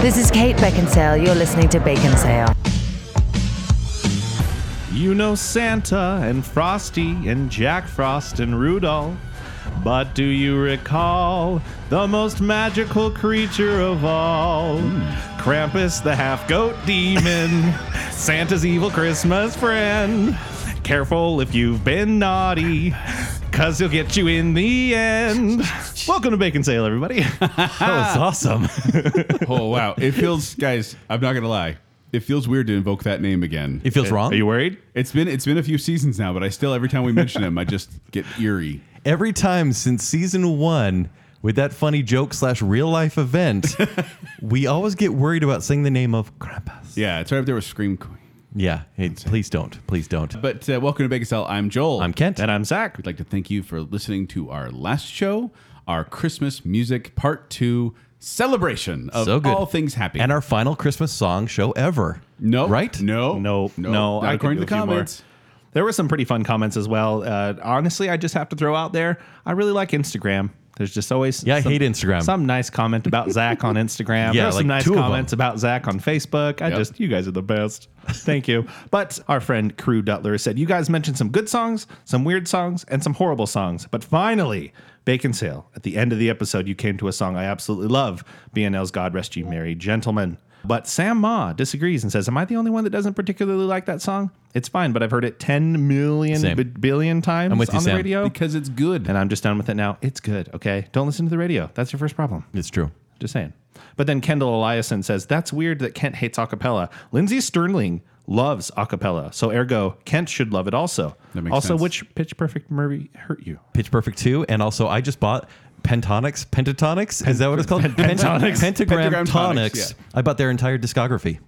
This is Kate Beckinsale. You're listening to Bacon Sale. You know Santa and Frosty and Jack Frost and Rudolph. But do you recall the most magical creature of all? Krampus, the half goat demon, Santa's evil Christmas friend. Careful if you've been naughty, because he'll get you in the end. Welcome to Bacon Sale, everybody. that was Ah. awesome. Oh wow, it feels, guys. I'm not gonna lie. It feels weird to invoke that name again. It feels wrong. Are you worried? It's been it's been a few seasons now, but I still every time we mention him, I just get eerie. Every time since season one, with that funny joke slash real life event, we always get worried about saying the name of Krampus. Yeah, it's right up there with Scream Queen. Yeah. Hey, please don't. Please don't. But uh, welcome to Bacon Cell. I'm Joel. I'm Kent. And I'm Zach. We'd like to thank you for listening to our last show, our Christmas music part two celebration of So good. all things happy. And our final Christmas song show ever. no, Right? No, No, no, not I could according to do the a few more. comments. There were some pretty fun comments as well. Uh, honestly, I just have to throw out there. I really like Instagram. There's just always Yeah, I some- hate Instagram. Some nice comment about Zach on Instagram. Yeah, There's like some nice two of 'em. comments about Zach on Facebook. I Yep. just you guys are the best. Thank you. But our friend Crew Dutler said you guys mentioned some good songs, some weird songs, and some horrible songs. But finally, Bacon Sale. At the end of the episode, you came to a song I absolutely love. BNL's God Rest You Merry Gentlemen. But Sam Ma disagrees and says, Am I the only one that doesn't particularly like that song? It's fine, but I've heard it 10 million Same. b- billion times I'm with on you, the Sam. radio. Because it's good. and I'm just done with it now. It's good, okay? Don't listen to the radio. That's your first problem. It's true. Just saying. But then Kendall Eliason says, That's weird that Kent hates acapella. Lindsay Sterling loves acapella, so ergo, Kent should love it also. That makes also, sense. which Pitch Perfect movie hurt you? Pitch Perfect 2. And also, I just bought Pentatonics. Pentatonics? Is that what it's called? Pentatonics. Pentagram, Pentagram Tonics, Tonics. yeah. I bought their entire discography.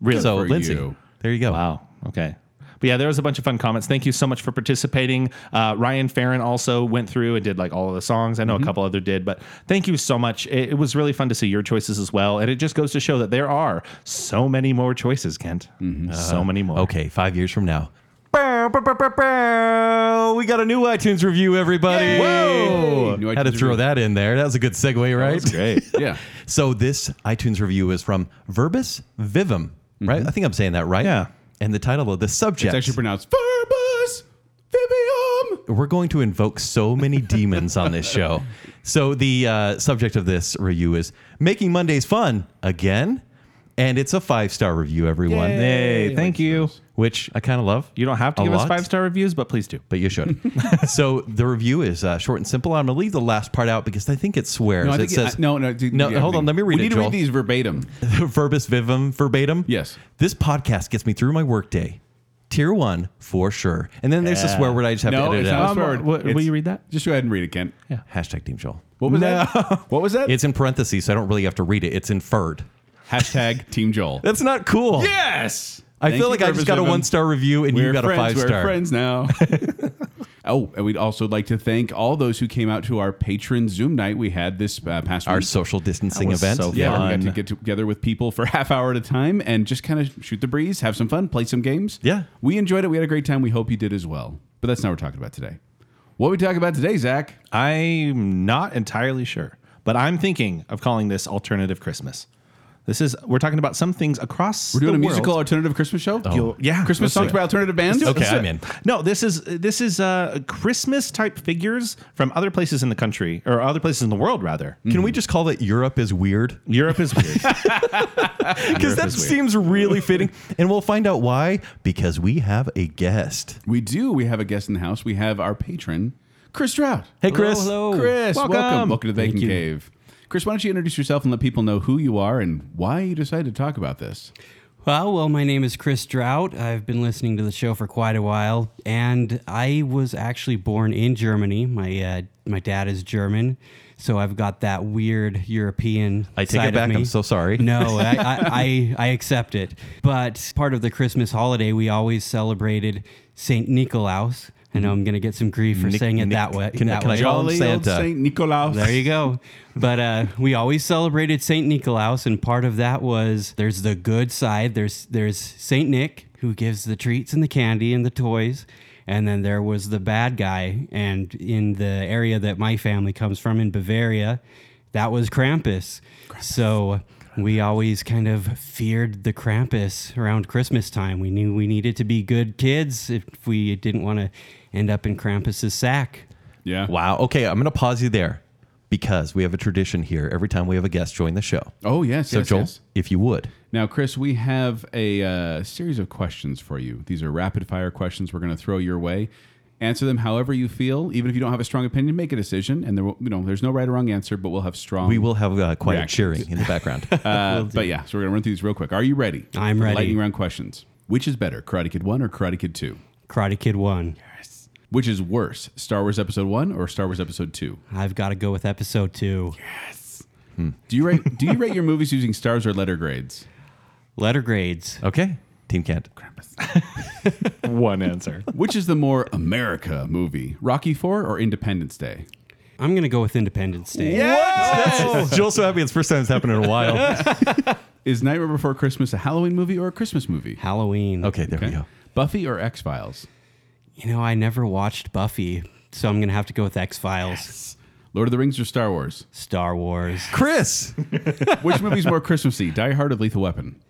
Really? So, for Lindsay, you. there you go. Wow. Okay. But yeah, there was a bunch of fun comments. Thank you so much for participating. Uh, Ryan Farron also went through and did like all of the songs. I know a couple other did, but thank you so much. It, it was really fun to see your choices as well. And it just goes to show that there are so many more choices, Kent. So many more. Okay, five years from now. Bow, bow, bow, bow, bow. We got a new iTunes review, everybody. Whoa! New Had to iTunes throw review. that in there. That was a good segue, right? Great. Yeah. So this iTunes review is from Verbis Vivum, right? I think I'm saying that right. Mm-hmm. Yeah. And the title of the subject. It's actually pronounced Verbus Vivium. we're going to invoke so many demons on this show. So the uh, subject of this review is making Mondays fun again, and it's a five star review, everyone. Hey, thank you. Which I kind of love. You don't have to a give us lot. five star reviews, but please do. but you should. so the review is uh, short and simple. I'm going to leave the last part out because I think it swears. No, I it think says, I- no, no, dude, no. yeah, hold I on, mean, let me read We it. need to Joel. read these verbatim. verbis vivum verbatim. Yes. This podcast gets me through my workday. Tier one for sure. And then there's a swear word I just have No, to edit it's it not a out. swear word. what- will It's- you read that? Just go ahead and read it, Kent. Hashtag Team Joel. What was that? What was that? It's in parentheses, so I don't really have to read it. It's inferred. hashtag Team Joel. That's not cool. Yes. I Thank feel you, like I Verbus just got a Vivum. one star review and you We're got a friends. five We're star. friends now. oh, and we'd also like to thank all those who came out to our patron Zoom night we had this uh, past Our week. social distancing That was event. so yeah, where fun. we got to get together with people for a half hour at a time and just kind of shoot the breeze, have some fun, play some games. Yeah. we enjoyed it. We had a great time. We hope you did as well. But that's not what we're talking about today. What are we talking about today, Zach? I'm not entirely sure, but I'm thinking of calling this alternative Christmas. This is we're talking about some things across. We're doing the a musical world. alternative Christmas show. You'll- yeah, Christmas let's do songs it. by alternative bands. do it. Okay, Let's do I'm it. in. No, this is this is uh, Christmas type figures from other places in the country or other places in the world rather. Can we just call it Europe is weird? Europe is weird. Because that is weird. seems really fitting. And we'll find out why because we have a guest. We do. We have a guest in the house. We have our patron, Chris Stroud. Hey, Chris. Chris, welcome. Welcome, Welcome. to the Bacon Cave. Chris, why don't you introduce yourself and let people know who you are and why you decided to talk about this? Well, well, my name is Chris Drought. I've been listening to the show for quite a while, and I was actually born in Germany. My uh, my dad is German, so I've got that weird European. I take it side of back. me. I'm so sorry. No, I, I, I I accept it. But part of the Christmas holiday, we always celebrated Saint Nikolaus. I know I'm going to get some grief for Nick- saying it Nick- that way. can I- that can I way. call him Jolly old Santa. Saint Nicholas. There you go. But uh, we always celebrated Saint Nikolaus, and part of that was there's the good side. There's there's Saint Nick who gives the treats and the candy and the toys, and then there was the bad guy. And in the area that my family comes from in Bavaria, that was Krampus. So We always kind of feared the Krampus around Christmas time. We knew we needed to be good kids if we didn't want to end up in Krampus's sack. Yeah. Wow. Okay, I'm going to pause you there because we have a tradition here every time we have a guest join the show. Oh yes. So, yes, Joel, yes. if you would. Now, Chris, we have a uh, series of questions for you. These are rapid fire questions we're going to throw your way. Answer them however you feel. Even if you don't have a strong opinion, make a decision. And there, will, you know, there's no right or wrong answer, but we'll have strong. We will have uh, quiet Reactions. cheering in the background. Uh, but yeah, so we're going to run through these real quick. Are you ready? I'm for the ready. Lightning round questions. Which is better, Karate Kid One or Karate Kid Two? Karate Kid 1. Which is worse, Star Wars Episode One or Star Wars Episode Two? I've got to go with episode 2. Do you rate Do you rate your movies using stars or letter grades? Letter grades. okay, Team Kent. One answer. Which is the more America movie, Rocky Four or Independence Day? I'm going to go with Independence Day. That's- Joel's so happy. It's the first time it's happened in a while. Is Nightmare Before Christmas a Halloween movie or a Christmas movie? Halloween. Okay, there we Okay. go. Buffy or X Files? You know, I never watched Buffy, so I'm going to have to go with X Files, Lord of the Rings or Star Wars? Star Wars. Chris, Which movie's more Christmassy, Die Hard or Lethal Weapon?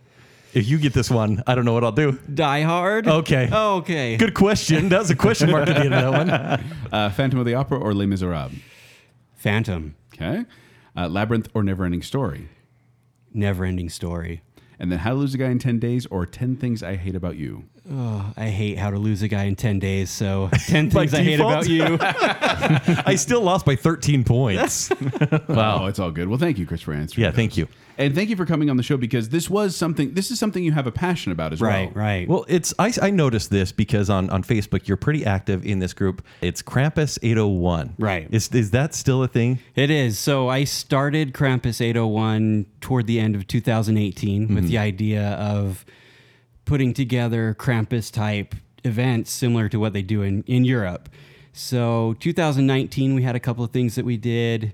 if you get this one, I don't know what I'll do. Die Hard. Okay. Oh. Okay. Good question. That was a question mark at the end of that one. Uh, Phantom of the Opera or Les Miserables? Phantom. Okay. Uh, Labyrinth or Neverending Story? Never ending story. And then How to Lose a Guy in 10 Days or 10 Things I Hate About You? I hate how to lose a guy in 10 days. So 10 By things I hate about you. default. I still lost by 13 points. Oh, it's all good. Well, thank you, Chris, for answering. Yeah, those. thank you. And thank you for coming on the show because this was something, this is something you have a passion about as well. right, right. Well, it's I, I noticed this because on, on Facebook you're pretty active in this group. It's Krampus 801. Right. Is is that still a thing? it is. So I started Krampus 801 toward the end of 2018 Mm-hmm. with the idea of putting together Krampus type events similar to what they do in, in Europe. So 2019, we had a couple of things that we did.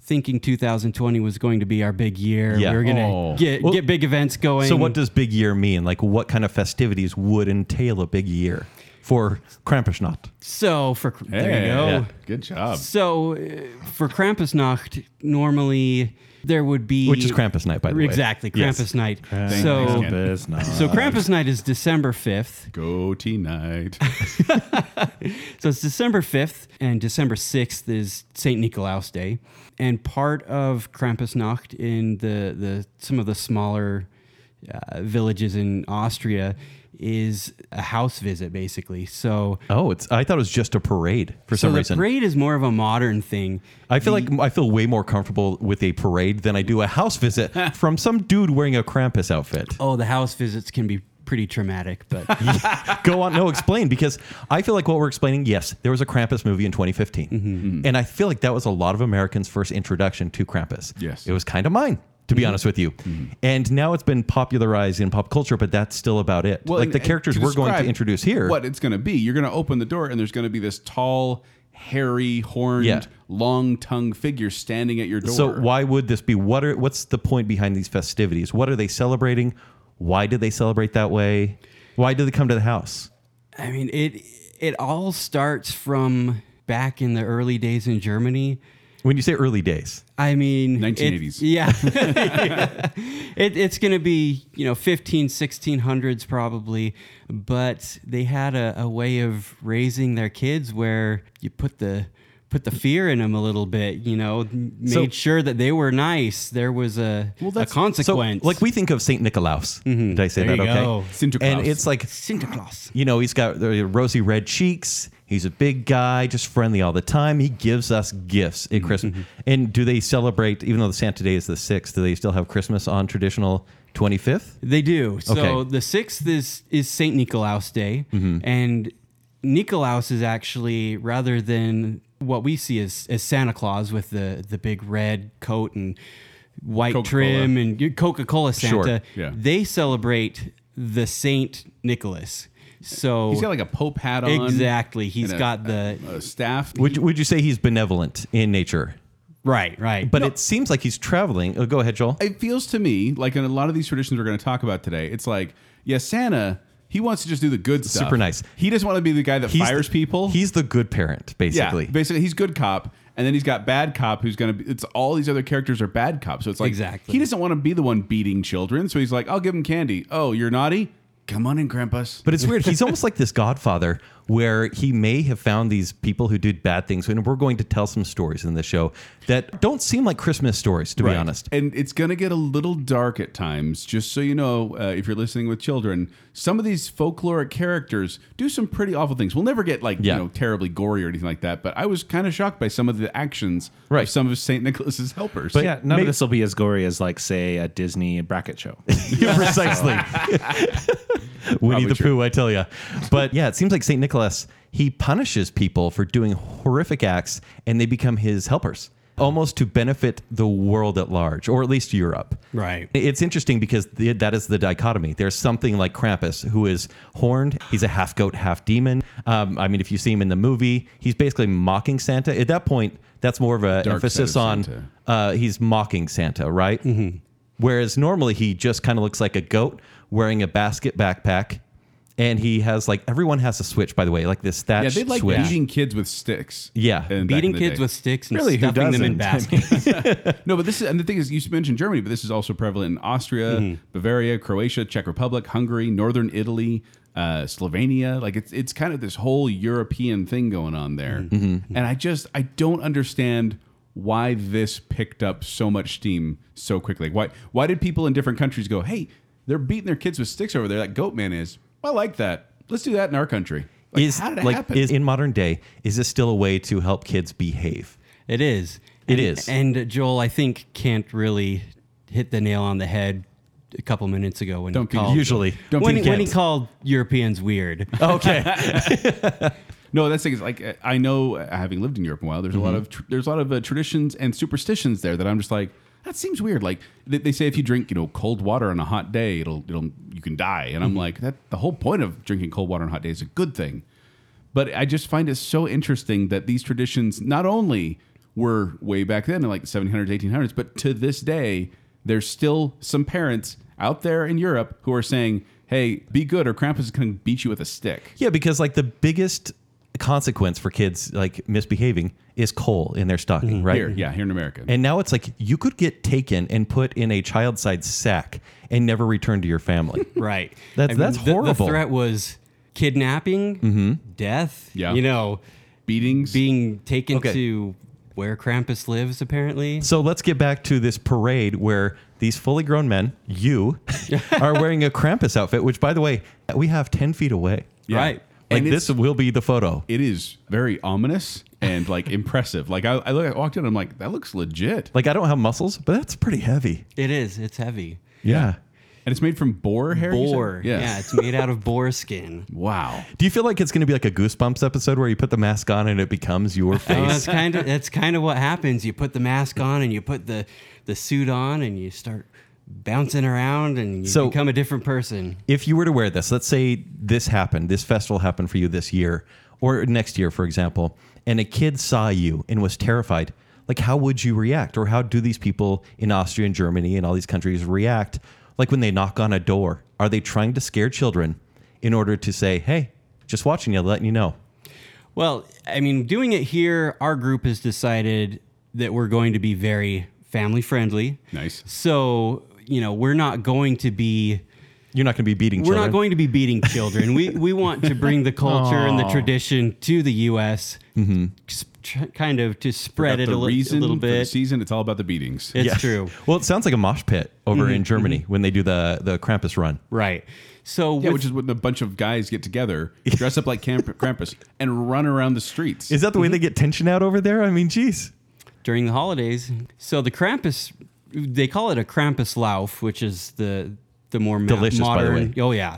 Thinking 2020 was going to be our big year. Yeah. We were going to Oh. get, Well, get big events going. So what does big year mean? Like what kind of festivities would entail a big year for Krampusnacht? so for there Hey, you go. Good job. So uh, for Krampusnacht, normally there would be Which is Krampus night, by the way. Exactly, Yes. Krampus night. Thank so you, Ken. so Krampus night is December fifth. Go T night. So it's December fifth and December sixth is Saint Nicholas Day, and part of Krampusnacht in the the some of the smaller uh, villages in Austria is a house visit basically. So. Oh, it's I thought it was just a parade for So some the reason. parade is more of a modern thing. I feel like I feel way more comfortable with a parade than I do a house visit from some dude wearing a Krampus outfit. Oh, the house visits can be pretty traumatic, but Go on, no, explain because I feel like what we're explaining. Yes, there was a Krampus movie in 2015, Mm-hmm. and I feel like that was a lot of Americans' first introduction to Krampus. Yes. Mm-hmm. it was kind of mine. To be honest with you, and now it's been popularized in pop culture, but that's still about it. like and- the and characters we're going to describe introduce here, What it's going to be. You're going to open the door, and there's going to be this tall, hairy, horned, Yeah. long tongued figure standing at your door. So why would this be? What are what's the point behind these festivities? What are they celebrating? Why do they celebrate that way? Why do they come to the house? I mean, it it all starts from back in the early days in Germany. When you say early days, I mean, it- 1980s. yeah. it, it's going to be, you know, 15, 1600s probably. But they had a, a way of raising their kids where you put the put the fear in them a little bit, you know, made So- sure that they were nice. There was a, a consequence. So, like we think of Saint Nicholas. Mm-hmm. Did I say There that? you okay. go. Sinterklaas. And it's like Santa Claus. you know he's got the rosy red cheeks. He's a big guy, just friendly all the time. He gives us gifts at Christmas. And do they celebrate? Even though the Santa Day is the sixth, do they still have Christmas on traditional twenty fifth? They do. So Okay. the sixth is is Saint Nicholas Day, Mm-hmm. and Nicholas is actually rather than what we see as, as Santa Claus with the the big red coat and white Coca-Cola. trim and Coca Cola Sure, Santa. yeah. They celebrate the Saint Nicholas. So he's got like a pope hat on. exactly, he's and a- got the a staff. Would you- would you say he's benevolent in nature? right, right. But it seems like he's traveling. Oh, go ahead, Joel. it feels to me like in a lot of these traditions we're going to talk about today. It's like, yeah, Santa. He wants to just do the good stuff. Super nice. He doesn't want to be the guy that He's fires the- people. He's the good parent, yeah, basically. basically he's good cop. And then he's got bad cop who's going to be, it's all these other characters are bad cops. So it's like, Exactly. he doesn't want to be the one beating children. So he's like, I'll give him candy. Oh, you're naughty? Come on in, Grampus. But it's weird. He's almost like this Godfather, where he may have found these people who did bad things, and we're going to tell some stories in the show that don't seem like Christmas stories, to be Right. honest. And it's going to get a little dark at times, just so you know, uh, if you're listening with children, some of these folkloric characters do some pretty awful things. We'll never get like, Yeah. you know, terribly gory or anything like that, but I was kind of shocked by some of the actions Right. of some of St. Nicholas's helpers. yeah, none of this will be as gory as, like, say, a Disney bracket show. precisely. Winnie the true. Pooh, I tell you. But yeah, it seems like St. Nicholas, he punishes people for doing horrific acts and they become his helpers, almost to benefit the world at large, or at least Europe. Right. It's interesting because the, that is the dichotomy. There's something like Krampus, who is horned. He's a half goat, half demon. Um, I mean, if you see him in the movie, he's basically mocking Santa. At that point, that's more of an side emphasis of on Santa. uh, he's mocking Santa, right? Mm-hmm. Whereas normally he just kind of looks like a goat wearing a basket backpack, and he has like everyone has a switch. By the way, like this yeah, thatch they like switch. beating kids with sticks. Yeah. and back in Beating the kids day. with sticks and Really, who stuffing them in doesn't? baskets. No, but this is, and the thing is, you mentioned Germany, but this is also prevalent in Austria, Mm-hmm. Bavaria, Croatia, Czech Republic, Hungary, Northern Italy, uh, Slovenia. Like it's it's kind of this whole European thing going on there, Mm-hmm. and I just I don't understand why this picked up so much steam so quickly. Why why did people in different countries go, hey, they're beating their kids with sticks over there, like Goatman is. I like that. Let's do that in our country. Like, is how did it like happen? is in modern day? Is this still a way to help kids behave? It is. It It is. is. and, Joel, I think Kent really hit the nail on the head a couple minutes ago when Don't be- he called usually. Don't when, be he- when he Kent. called Europeans weird. Okay, No, that's the thing is like uh, I know uh, having lived in Europe a while, there's a lot of tr- there's a lot of uh, traditions and superstitions there that I'm just like that seems weird. Like they, they say if you drink you know cold water on a hot day, it'll it'll you can die, and I'm like that the whole point of drinking cold water on a hot day is a good thing. But I just find it so interesting that these traditions not only were way back then in like the 1700s, 1800s, but to this day, there's still some parents out there in Europe who are saying, hey, be good or Krampus is going to beat you with a stick. yeah, because like the biggest consequence for kids like misbehaving is coal in their stocking, right? Mm-hmm. Here, yeah, here in America. And now it's like you could get taken and put in a child side sack and never return to your family. right. That's- that's the- the, horrible. threat was kidnapping, death, Yeah. you know, beatings. being taken Okay. to where Krampus lives, apparently. so let's get back to this parade where these fully grown men, you, are wearing a Krampus outfit, which by the way, we have 10 feet away. Yeah. Right. Like and this it's, will be the photo. it is very ominous and like impressive. Like I, I, look, I walked in, I'm like, that looks legit. Like I don't have muscles, but that's pretty heavy. It is. It's heavy. Yeah. And it's made from boar hair. you said? Boar. Yeah. yeah, it's made out of boar skin. Wow. Do you feel like it's going to be like a Goosebumps episode where you put the mask on and it becomes your Well, face? Oh, that's kind of that's kind of what happens. You put the mask on and you put the the suit on and you start bouncing around and you So- become a different person. if you were to wear this, let's say this happened, this festival happened for you this year or next year, for example, and a kid saw you and was terrified, like how would you react? Or how do these people in Austria and Germany and all these countries react? Like when they knock on a door, are they trying to scare children in order to say, hey, just watching you, letting you know? Well, I mean, doing it here, our group has decided that we're going to be very family friendly. Nice. So, you know, we're not going to be You're not going to be beating we're children. not going to be beating children. we we want to bring the culture and the tradition to the US. s- tr- Kind of to spread it Mm-hmm. the a, li- a reason little For the bit. season, it's all about the beatings. It's Yeah. true. Well, it sounds like a mosh pit over Mm-hmm, in Germany when they do the, the Krampus run. Right. So yeah, with- which is when a bunch of guys get together, dress up like Camp- Krampus, and run around the streets. Is that Mm-hmm. the way they get tension out over there? I mean, geez. during the holidays. So the Krampus, they call it a Krampus Lauf, which is the the more ma- Delicious, by the modern. way. Oh yeah,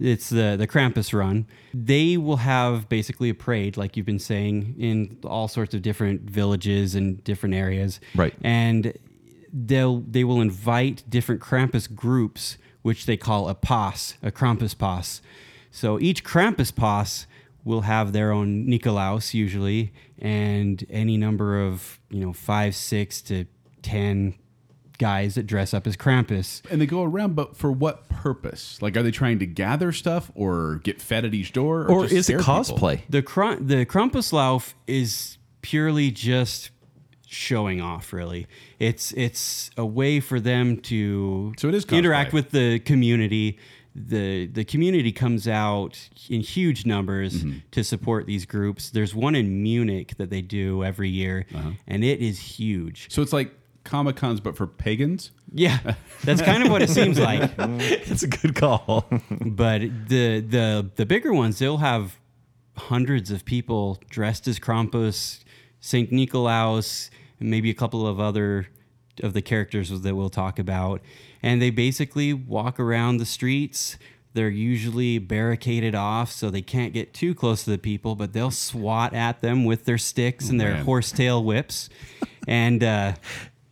it's the the Krampus run. They will have basically a parade, like you've been saying, in all sorts of different villages and different areas. Right. and they'll they will invite different Krampus groups, which they call a posse, a Krampus posse. So each Krampus posse will have their own Nikolaus usually, and any number of you know five, six to ten guys that dress up as Krampus. and they go around, but for what purpose? Like, are they trying to gather stuff or get fed at each door? Or just is it scare people? cosplay? The Kr- the Krampuslauf is purely just showing off really it's it's a way for them to So it is cosplay. interact with the community the the community comes out in huge numbers Mm-hmm. to support these groups there's one in munich that they do every year Uh-huh. and it is huge So it's like Comic Cons, but for pagans. yeah that's kind of what it seems like it's a good call. but the the the bigger ones they'll have hundreds of people dressed as Krampus, Saint Nikolaus, and maybe a couple of other of the characters that we'll talk about, and they basically walk around the streets. They're usually barricaded off so they can't get too close to the people, but they'll swat at them with their sticks and their Man. horsetail whips. And uh,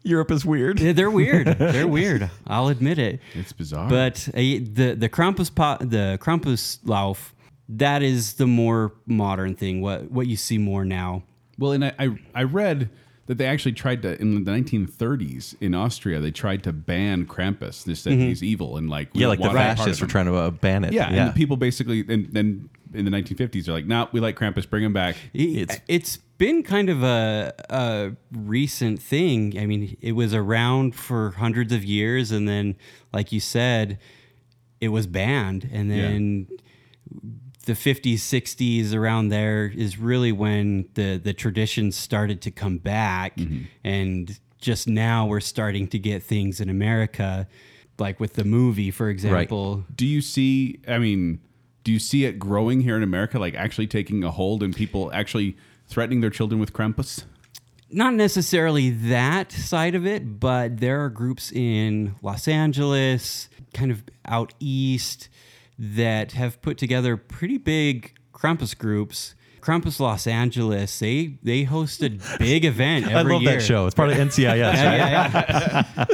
Europe is weird. they're weird. They're weird. I'll admit it. It's bizarre. But uh, the the Krampus pot, the Krampuslauf, that is the more modern thing. What what you see more now. Well, and I, I I read that they actually tried to in the 1930s in Austria they tried to ban Krampus. They said he's evil and like we Yeah, don't like the want any part fascists of were him. trying to uh, ban it. Yeah, and the people basically and then in the 1950s they're like, nah, we like Krampus, bring him back. It's it's been kind of a a recent thing. I mean, it was around for hundreds of years, and then, like you said, it was banned, and then. The 50s, 60s, around there is really when the the tradition started to come back, and just now we're starting to get things in America, like with the movie, for example. Do you see? I mean, do you see it growing here in America, like actually taking a hold and people actually threatening their children with Krampus? not necessarily that side of it, but there are groups in Los Angeles, kind of out east, that have put together pretty big Krampus groups. Krampus Los Angeles, they they host a big event every I love year. that show. It's part of NCIS. Yeah, yeah, yeah.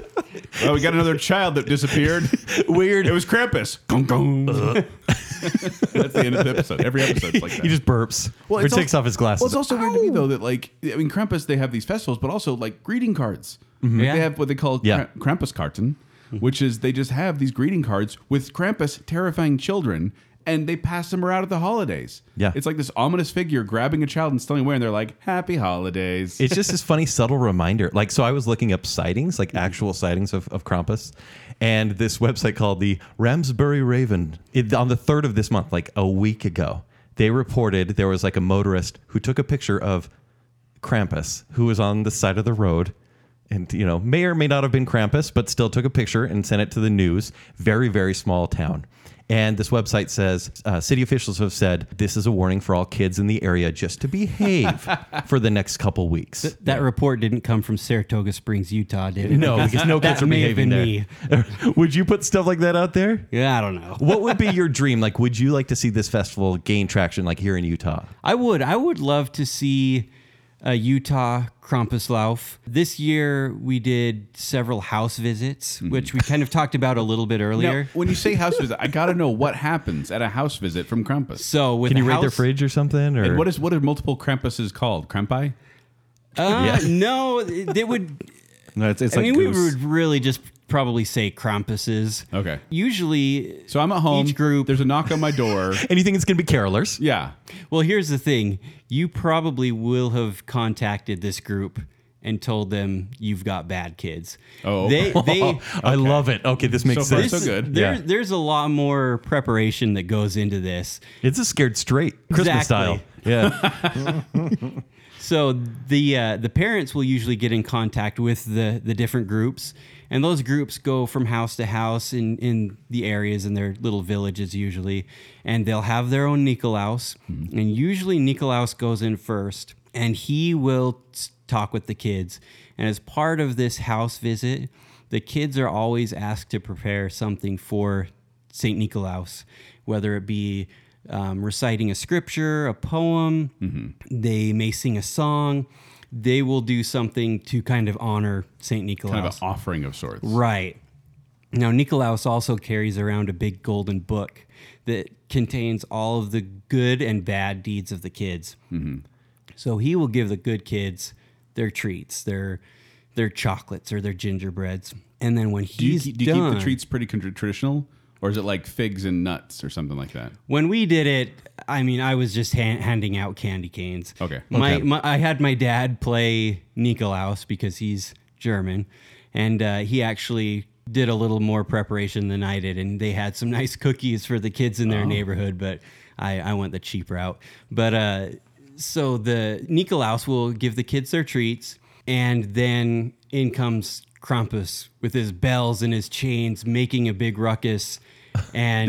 Oh, we got another child that disappeared. Weird. It was Krampus. Gong, gong. That's the end of the episode. Every episode's like that. He just burps Well, or it's takes also- off his glasses. Well, it's also weird to me though that like I mean Krampus they have these festivals, but also like greeting cards. Like, Yeah. They have what they call Mm-hmm. Yeah. Kra- Krampus carton, which is they just have these greeting cards with Krampus terrifying children, and they pass them around at the holidays. Yeah. it's like this ominous figure grabbing a child and stealing away, and they're like, "Happy holidays." it's just this funny subtle reminder. Like, so I was looking up sightings, Mm-hmm. like actual sightings of, of Krampus, and this website called the Ramsbury Raven it, on the third of this month, like a week ago, they reported there was like a motorist who took a picture of Krampus who was on the side of the road. And you know, may or may not have been Krampus, but still took a picture and sent it to the news. Very, very small town. And this website says uh, city officials have said this is a warning for all kids in the area just to behave for the next couple weeks. That report didn't come from Saratoga Springs, Utah, did it? No, because no That kids are may have behaving been there. would you put stuff like that out there? Yeah, I don't know. What would be your dream? Like, would you like to see this festival gain traction, like here in Utah? I would. I would love to see a Utah Krampuslauf. This year we did several house visits, Mm-hmm. which we kind of talked about a little bit Now, earlier. when you say house visit, I gotta know what happens at a house visit from Krampus. So with Can you the raid their house- fridge or something? Or And what is what are multiple Krampuses called? Krampi? Uh, No, they would. No, it's, it's I mean, we would really just probably say Krampuses. Okay. Usually, So I'm at home. Each group- There's a knock on my door. And you think it's going to be carolers? yeah. Well, here's the thing. You probably will have contacted this group and told them you've got bad kids. Oh. They they I love it. Okay, this makes So far, sense. so good. There, Yeah. There's a lot more preparation that goes into this. It's a scared straight Christmas Exactly. style. Yeah. So the uh, the parents will usually get in contact with the the different groups, and those groups go from house to house in in the areas in their little villages usually, and they'll have their own Nikolaus, and usually Nikolaus goes in first, and he will s- talk with the kids, and as part of this house visit, the kids are always asked to prepare something for Saint Nikolaus, whether it be um, reciting a scripture, a poem, they may sing a song, they will do something to kind of honor Saint Kind of Nikolaus. an offering of sorts. right. Now, Nikolaus also carries around a big golden book that contains all of the good and bad deeds of the kids. Mm-hmm. So he will give the good kids their treats, their their chocolates or their gingerbreads, and then when Do you, he's keep, do you done, keep the treats pretty con- traditional, Or is it like figs and nuts or something like that? When we did it, I mean, I was just hand, handing out candy canes. Okay. My, Okay. my I had my dad play Nikolaus because he's German, and uh, he actually did a little more preparation than I did, and they had some nice cookies for the kids in their Oh. neighborhood, but I, I went the cheap route. But uh, so the Nikolaus will give the kids their treats, and then in comes Krampus with his bells and his chains, making a big ruckus. And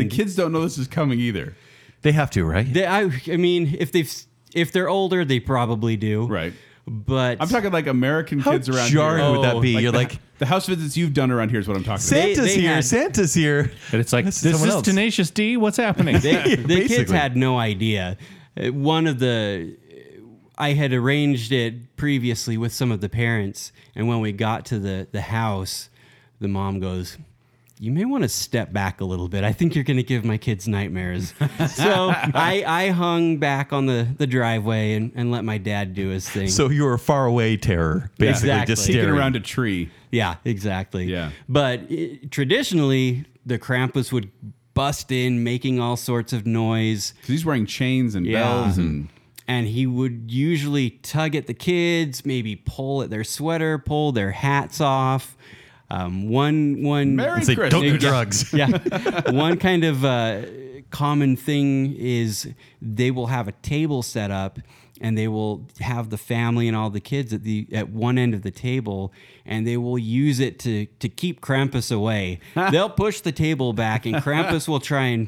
The kids don't know this is coming either. They have to, right? they, I, I mean, if they've if they're older, they probably do. Right. But I'm talking like American How kids around jarring here. would that be? You're Oh, the- like- the house visits you've done around here is what I'm talking about. They- Santa's they here. had- Santa's here. And it's like, This is this, someone is else. Tenacious D. What's happening? they, the kids basically. had no idea. Uh, One of the I had arranged it previously with some of the parents, and when we got to the the house, the mom goes. You may want to step back a little bit. I think you're going to give my kids nightmares. so I, I hung back on the, the driveway and, and let my dad do his thing. So you're a faraway terror, basically, just Exactly. Peeking staring. around a tree. Yeah, exactly. Yeah. But i traditionally, the Krampus would bust in, making all sorts of noise, Because he's wearing chains and Yeah. Mm-hmm. bells and and he would usually tug at the kids, maybe pull at their sweater, pull their hats off. Um, one one Merry It's like, don't do Christmas. drugs. yeah. One kind of uh, common thing is they will have a table set up and they will have the family and all the kids at the at one end of the table and they will use it to to keep Krampus away. They'll push the table back and Krampus will try and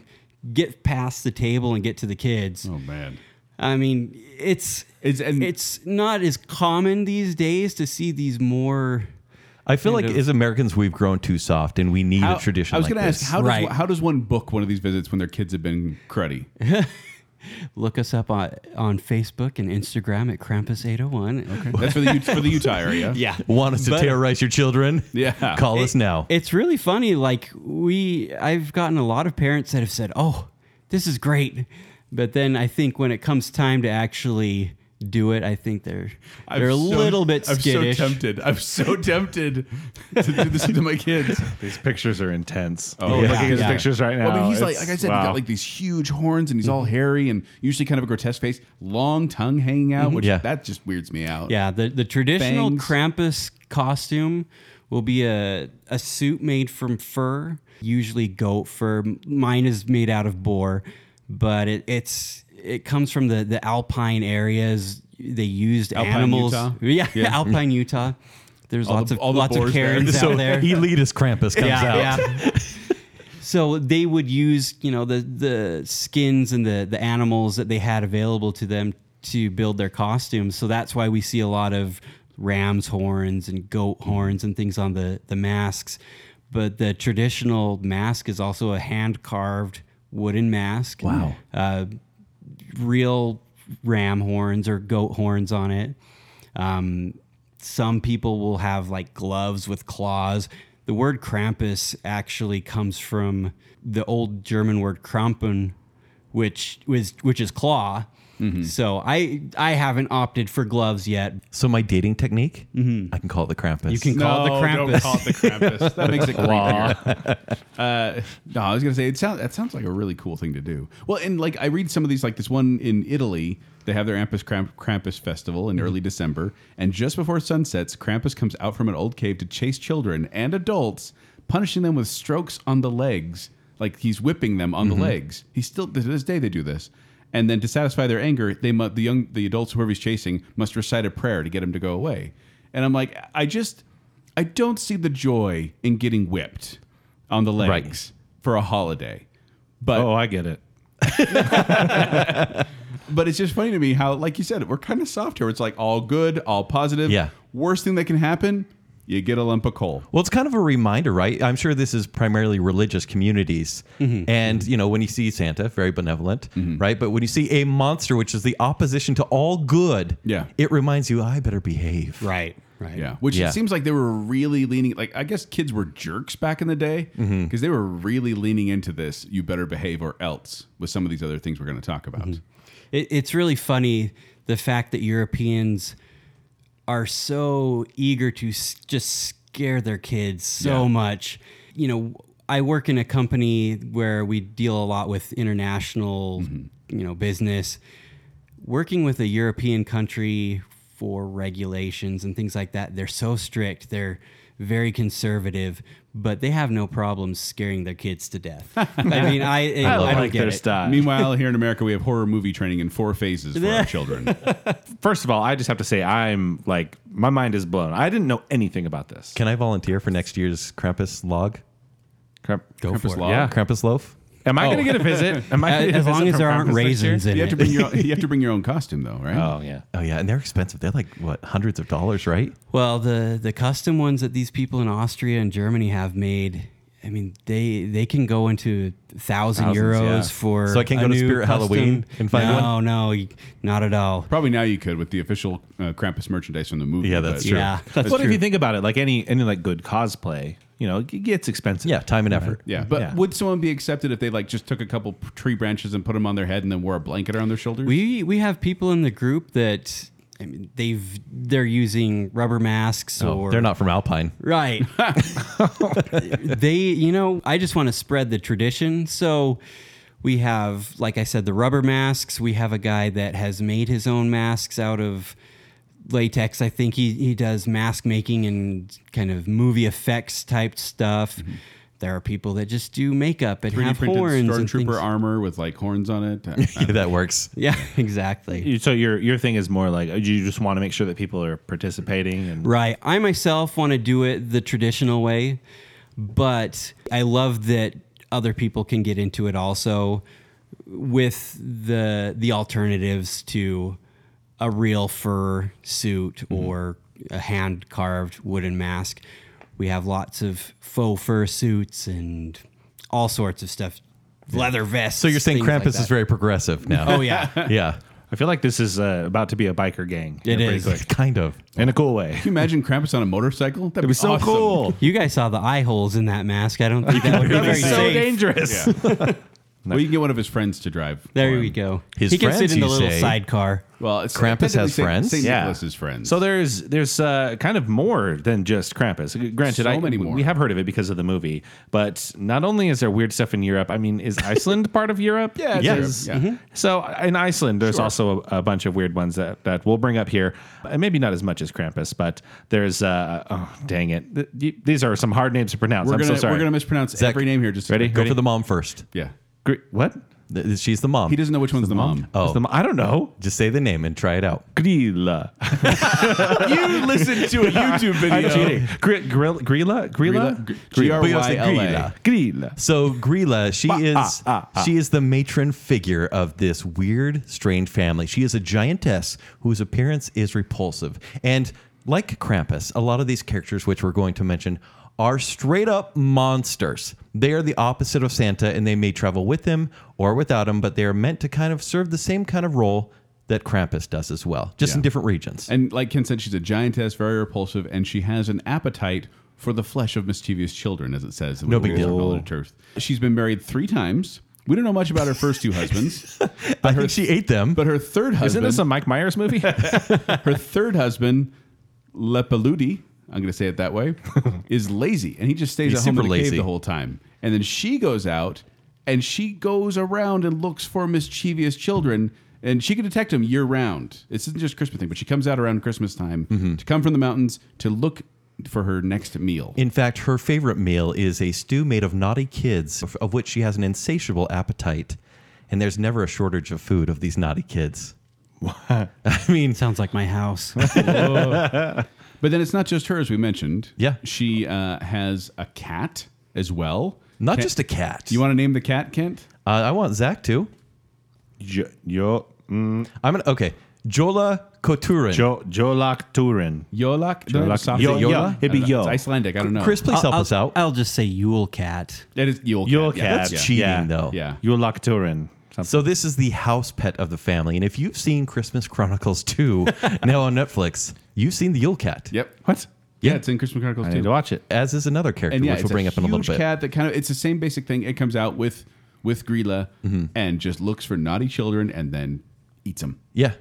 get past the table and get to the kids. Oh man. I mean, it's It's- it's and- it's not as common these days to see these more I feel like of- as Americans, we've grown too soft, and we need How- a tradition. I was like gonna this. ask how does Right. how does one book one of these visits when their kids have been cruddy? look us up on, on Facebook and Instagram at Krampus801. Okay. That's for the U- for the Utah area. Yeah. Want us to But terrorize your children? Yeah. Call us now. It's really funny. Like we, I've gotten a lot of parents that have said, "Oh, this is great," but then I think when it comes time to actually do it, I think they're I'm they're a so- little bit I'm skittish. so tempted. I'm so tempted to do this to my kids. These pictures are intense. Oh, Look yeah. at his Yeah. pictures right now. Well, I mean, he's like, It's- like I said, wow. Mm-hmm. he's got like these huge horns, and he's all hairy, and usually kind of a grotesque face, long tongue hanging Mm-hmm. out, which Yeah. that just weirds me out. yeah, the the traditional Bangs. Krampus costume will be a a suit made from fur, usually goat fur. Mine is made out of boar, but it, it's it comes from the the alpine areas. They used Alpine animals. Utah? Yeah, Alpine Utah. There's lots the- of all the lots of boars there. Karens so out there. elitist Krampus comes out. Yeah. so they would use, you know, the the skins and the the animals that they had available to them to build their costumes. So that's why we see a lot of ram's horns and goat horns and things on the the masks. But the traditional mask is also a hand carved wooden mask. Wow. Uh, real ram horns or goat horns on it. Um, some people will have like gloves with claws. The word Krampus actually comes from the old German word Krampen, which was which is claw. So I I haven't opted for gloves yet. So my dating technique, I can call it the Krampus. Mm-hmm. You can No, call it the don't Krampus. call it the Krampus. That makes it creepier. Uh, no, I was gonna say it sounds that sounds like a really cool thing to do. Well, and like I read some of these, like this one in Italy, they have their Krampus, Kramp, Krampus festival in early December, and just before sun sets, Krampus comes out from an old cave to chase children and adults, punishing them with strokes on the legs, like he's whipping them on the legs. He still to this day they do this. And then to satisfy their anger, they mu- the young the adults whoever he's chasing must recite a prayer to get him to go away. And I'm like, I just I don't see the joy in getting whipped on the legs Right. for a holiday. But oh, I get it. but it's just funny to me how, like you said, we're kind of soft here. It's like all good, all positive. Yeah. Worst thing that can happen, you get a lump of coal. Well, it's kind of a reminder, right? I'm sure this is primarily religious communities. And, you know, when you see Santa, very benevolent, right? But when you see a monster, which is the opposition to all good, Yeah. it reminds you, I better behave. Right, right. Yeah. Which Yeah. it seems like they were really leaning. Like I guess kids were jerks back in the day because they were really leaning into this. You better behave or else with some of these other things we're going to talk about. It, it's really funny the fact that Europeans are so eager to s- just scare their kids so Yeah. much. You know, I work in a company where we deal a lot with international, you know, business. Working with a European country for regulations and things like that, they're so strict. They're very conservative, but they have no problems scaring their kids to death. I mean, I I, I, don't like get their it. style. Meanwhile, here in America, we have horror movie training in four phases for our children. First of all, I just have to say I'm like my mind is blown. I didn't know anything about this. Can I volunteer for next year's Krampus log? Crap. Go Krampus for it. Law. Yeah. Krampus loaf? Am I going to get a visit? Am I gonna As, get a as long visit as from there aren't Krampus next year? raisins in You have it. to bring your own, you have to bring your own costume though, right? Oh yeah. Oh yeah, and they're expensive. They're like what, hundreds of dollars, right? Well, the the custom ones that these people in Austria and Germany have made, I mean, they they can go into thousand Thousands, euros yeah. for. So I can't a go to new Spirit custom- Halloween and find no, one? No, y- not at all. Probably now you could with the official uh, Krampus merchandise from the movie. Yeah, that's but- true. Yeah, But if you think about it, like any any like good cosplay, you know, it gets expensive. Yeah, time and effort. Yeah, but Yeah. would someone be accepted if they like just took a couple p- tree branches and put them on their head and then wore a blanket around their shoulders? we we have people in the group that I mean, they've they're using rubber masks Oh, or they're not from Alpine. Right. they, you know, I just want to spread the tradition. So we have, like I said, the rubber masks. We have a guy that has made his own masks out of latex. I think he, he does mask making and kind of movie effects type stuff. There are people that just do makeup and 3D have Mm-hmm. printed horns. and things. stormtrooper armor with like horns on it. I- I- Yeah, that works. Yeah, exactly. You- So your your thing is more like uh, you just want to make sure that people are participating and Right. I myself want to do it the traditional way, but I love that other people can get into it also with the the alternatives to a real fur suit Mm-hmm. or a hand carved wooden mask. We have lots of faux fur suits and all sorts of stuff. Leather vests. So you're saying things like Krampus is that. very progressive now? Oh yeah. yeah, I feel like this is uh, about to be a biker gang. It pretty is. quick. kind of. in a cool way. Can you imagine Krampus on a motorcycle? That'd It was so awesome. cool. You guys saw the eye holes in that mask. I don't think that would be That'd be very so safe. dangerous. Well, you can get one of his friends to drive. for There we him. go. His he can friends, sit in the you little say? sidecar. Well, it's Krampus has technically Saint- friends? Saint Yeah. Nicholas's friends. So there's there's uh, kind of more than just Krampus. Granted, So I, many more. we have heard of it because of the movie, but not only is there weird stuff in Europe. I mean, is Iceland part of Europe? yeah, Mm-hmm. it's Yes. Mm-hmm. Europe. Yeah. So uh, in Iceland, there's also a, a bunch of weird ones that, that we'll bring up here, and maybe not as much as Krampus, but there's uh, oh dang it, Th- y- these are some hard names to pronounce. We're I'm gonna so sorry. we're gonna mispronounce every name here. Just Ready? Go for the mom first. Yeah. Gr- what? Th- She's the mom. He doesn't know which one's the mom. It's the mo- I don't know. Just say the name and try it out. Grilla. you listened to a YouTube I'm video. cheating. Gr- grill, grilla, grilla, Grilla? G R Y L A. grilla. So Grilla, she is ah, she is the matron figure of this weird, strange family. She is a giantess whose appearance is repulsive. And like Krampus, a lot of these characters which we're going to mention are straight up monsters. They are the opposite of Santa and they may travel with him or without him, but they are meant to kind of serve the same kind of role that Krampus does as well, just in Yeah. different regions. And like Ken said, she's a giantess, very repulsive, and she has an appetite for the flesh of mischievous children, as it says. No big deal. She's been married three times. We don't know much about her first two husbands, I think she ate them. but her third Isn't husband, this a Mike Myers movie? her third husband, Lepaludi, I'm going to say it that way, is lazy, and he just stays He's at home in super the cave lazy. the whole time. And then she goes out, and she goes around and looks for mischievous children. And she can detect them year round. It's not just Christmas thing, but she comes out around Christmas time Mm-hmm. to come from the mountains to look for her next meal. In fact, her favorite meal is a stew made of naughty kids, of, of which she has an insatiable appetite. And there's never a shortage of food of these naughty kids. I mean, Sounds like my house. But then it's not just her, as we mentioned. Yeah. She uh, has a cat as well. not Kent- just a cat. You want to name the cat, Kent? uh, I want Zach too. Jo, jo, I'm gonna okay. Jola Koturin. jo, Jolak Turin. Yolak? Don't I have a Yolak- soft- Yo- Yola? Yo. I It'd don't be know. Yo. It's Uh, Icelandic. I don't know. Chris, please help I'll, us out. I'll just say Yule Cat. That is Yolak. Yolak. Yeah, That's cheating, yeah. though. Yeah. Jolak Turin. So this is the house pet of the family, and if you've seen Christmas Chronicles 2 now on Netflix, you've seen the Yule Cat. Yep. What? Yeah, it's in Christmas Chronicles I too. need to watch it. As is another character, and yeah, which it's we'll bring up in a little huge bit. cat that kind of it's the same basic thing. It comes out with with Grilla Mm-hmm. and just looks for naughty children and then eats them. Yeah.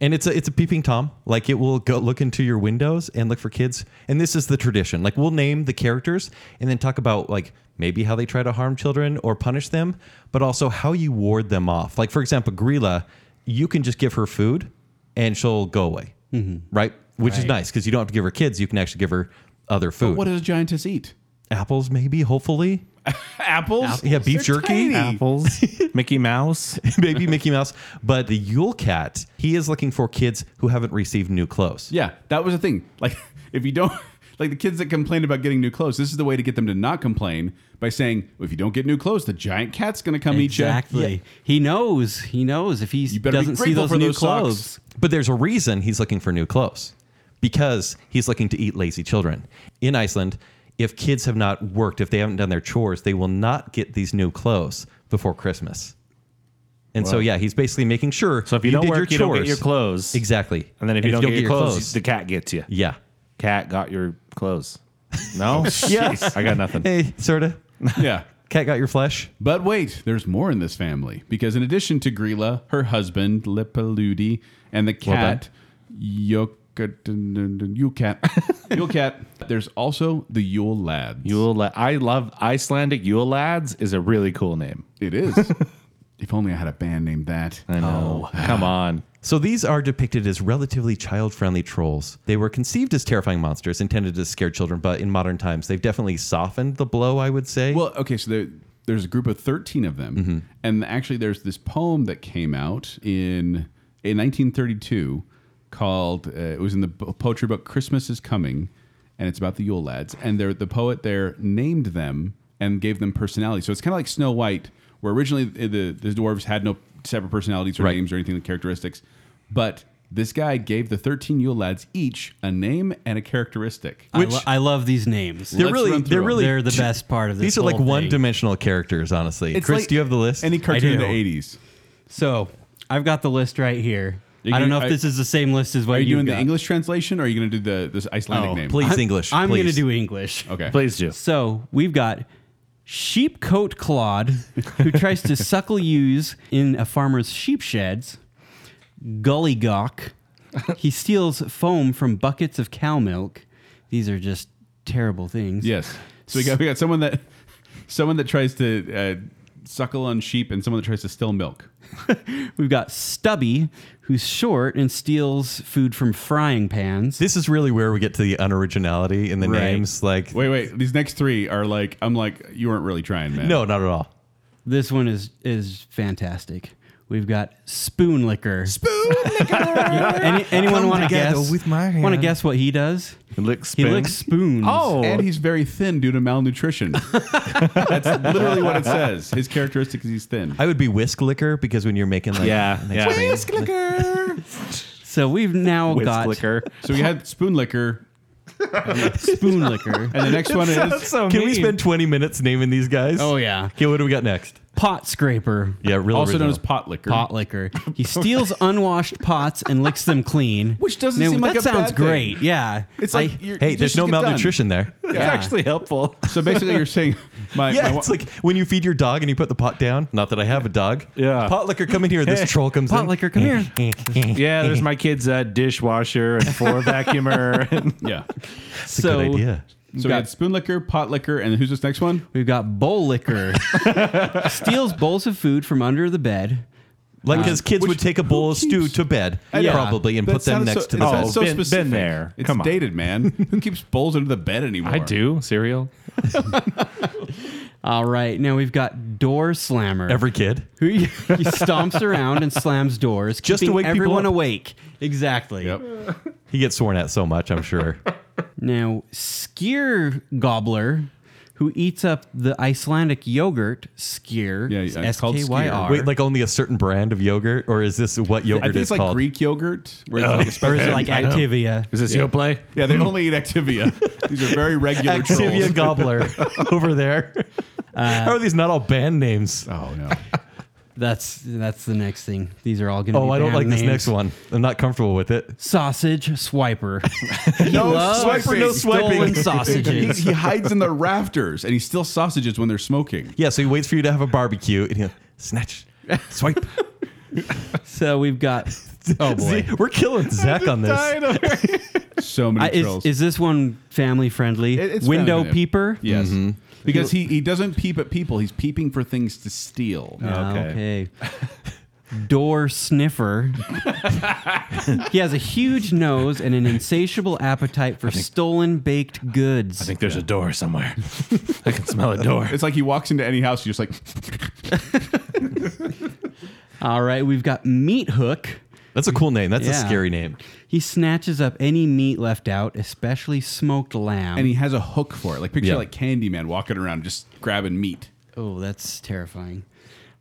And it's a it's a peeping tom. Like it will go look into your windows and look for kids. And this is the tradition. Like we'll name the characters and then talk about like maybe how they try to harm children or punish them, but also how you ward them off. Like, for example, Grilla, you can just give her food and she'll go away, right? Which is nice because you don't have to give her kids. You can actually give her other food. What does a giantess eat? Apples, maybe, hopefully. Apples? Yeah, beef They're jerky. tiny. Apples, Mickey Mouse. maybe Mickey Mouse. But the Yule Cat, he is looking for kids who haven't received new clothes. Yeah, that was the thing. Like, if you don't, like the kids that complain about getting new clothes, this is the way to get them to not complain by saying, if you don't get new clothes, the giant cat's going to come eat you. Exactly. He knows. He knows if he better be doesn't see grateful those for new those socks. clothes. But there's a reason he's looking for new clothes because he's looking to eat lazy children. In Iceland, if kids have not worked, if they haven't done their chores, they will not get these new clothes before Christmas. And so, yeah, he's basically making sure. So if you, don't did work, you don't get your chores. clothes. Exactly. And then if you, don't, get, your clothes, the clothes- cat gets you. yeah. Cat got your clothes. No? yeah. I got nothing. Hey, sorta. Yeah. Cat got your flesh. But wait, there's more in this family because in addition to Grilla, her husband Lipaludi, and the cat Yokat, Yule cat, Yule cat. There's also the Yule lads. Yule la- I love Icelandic Yule Lads is a really cool name. It is. if only I had a band named that. I know. Come on. So these are depicted as relatively child-friendly trolls. They were conceived as terrifying monsters intended to scare children, but in modern times they've definitely softened the blow, I would say. Well, okay, so there, there's a group of 13 of them. And actually, there's this poem that came out in, in 1932 called, uh, it was in the po- poetry book Christmas is Coming, and it's about the Yule lads. And they're, the poet there named them and gave them personality. So it's kind of like Snow White, where originally the, the, the dwarves had no separate personalities or Right. names or anything like characteristics. But this guy gave the 13 Yule lads each a name and a characteristic. I, lo- I love these names. they're Let's really, run through they're them. really, They're the best part of this These are like whole thing. one-dimensional characters, honestly. It's Chris, like do you have the list? Any cartoon in do. the 80s. So I've got the list right here. You I don't can- know if I- this is the same list as what Are you you've doing got. the English translation or are you going to do the this Icelandic Oh, name? please, I'm- English. I'm please. gonna do English. Okay. Please do. So we've got sheepcoat Claude, who tries to suckle ewes in a farmer's sheep sheds. Gully Gawk, he steals foam from buckets of cow milk. These are just terrible things. Yes. So we got we got someone that someone that tries to uh, suckle on sheep and someone that tries to steal milk. We've got Stubby, who's short and steals food from frying pans. This is really where we get to the unoriginality in the Right. names. Like, Wait, wait. These next three are like I'm like you weren't really trying, man. no, not at all. This one is is fantastic. We've got spoon liquor. Spoon liquor. Any, anyone want to together guess? with my Want to hand. guess what he does? He licks He licks spoons. spoons. Oh. And he's very thin due to malnutrition. That's literally what it says. His characteristic is he's thin. I would be whisk liquor because when you're making like Yeah, Thanksgiving- yeah. Whisk So we've now With got flicker. so we had spoon liquor, spoon liquor. and the next one is so Can we mean. spend 20 minutes naming these guys? Oh yeah, Okay, what do we got next? pot scraper. Yeah, really. also known original. as pot liquor. Pot liquor. He steals unwashed pots and licks them clean. Which doesn't seem that like a bad sounds thing. great. Yeah, It's I- like you're- Hey, you there's just no get done. malnutrition there. It's actually helpful. So basically, you're saying my, Yeah, my wa- it's like when you feed your dog and you put the pot down. Not that I have a dog. Yeah. Pot liquor, come in here. This troll comes pot in. liquor. Come here. Yeah, there's my kid's uh, dishwasher and floor vacuumer. And yeah. It's a so good idea. So we had spoon liquor, pot liquor, and who's this next one? We've got bowl liquor. Steals bowls of food from under the bed. Like, because kids Uh, which- would take a bowl of who keeps- stew to bed, know. probably, and That put them sounds next so- to the it bed. sounds so been- been specific. there. It's Come on. dated, man. Who keeps bowls under the bed anymore? I do cereal. All right, now we've got door slammer. Every kid. who he stomps around and slams doors, Just to keeping wake people everyone up. awake. Exactly. Yep. He gets sworn at so much, I'm sure. Now, Skier Gobbler, who eats up the Icelandic yogurt, Skier, Yeah, yeah, it's called S-K-Y-R. Skyr. Wait, like only a certain brand of yogurt, or is this what I yogurt think is it's like called? Greek yogurt. Where it's like a or special is it like Activia? Is this your play? Yeah, they only eat Activia. These are very regular Activia trolls. Gobbler over there. Uh, How are these not all band names? Oh, Oh no. That's that's the next thing. These are all going to be Oh, I don't band like this names. next one. I'm not comfortable with it. Sausage Swiper. He loves swiping, no Stolen swiping. He, sausages. he hides in the rafters and he steals sausages when they're smoking. Yeah, so he waits for you to have a barbecue, and he'll snatch, swipe. so we've got Oh, boy. Z- we're killing Zach on this. Died of- So many I, is, trolls. is this one family friendly? It- it's Window feminine. peeper? yes. mm-hmm. Because he, he doesn't peep at people. He's peeping for things to steal. Ah, Okay. Okay. Door sniffer. he has a huge nose and an insatiable appetite for stolen baked goods. think there's a door somewhere. I can smell a door. It's like he walks into any house, you're just like, All right, we've got meat hook. That's a cool name. That's a Yeah. scary name. He snatches up any meat left out, especially smoked lamb. and he has a hook for it. Like picture Yeah. like Candyman walking around just grabbing meat. oh, that's terrifying.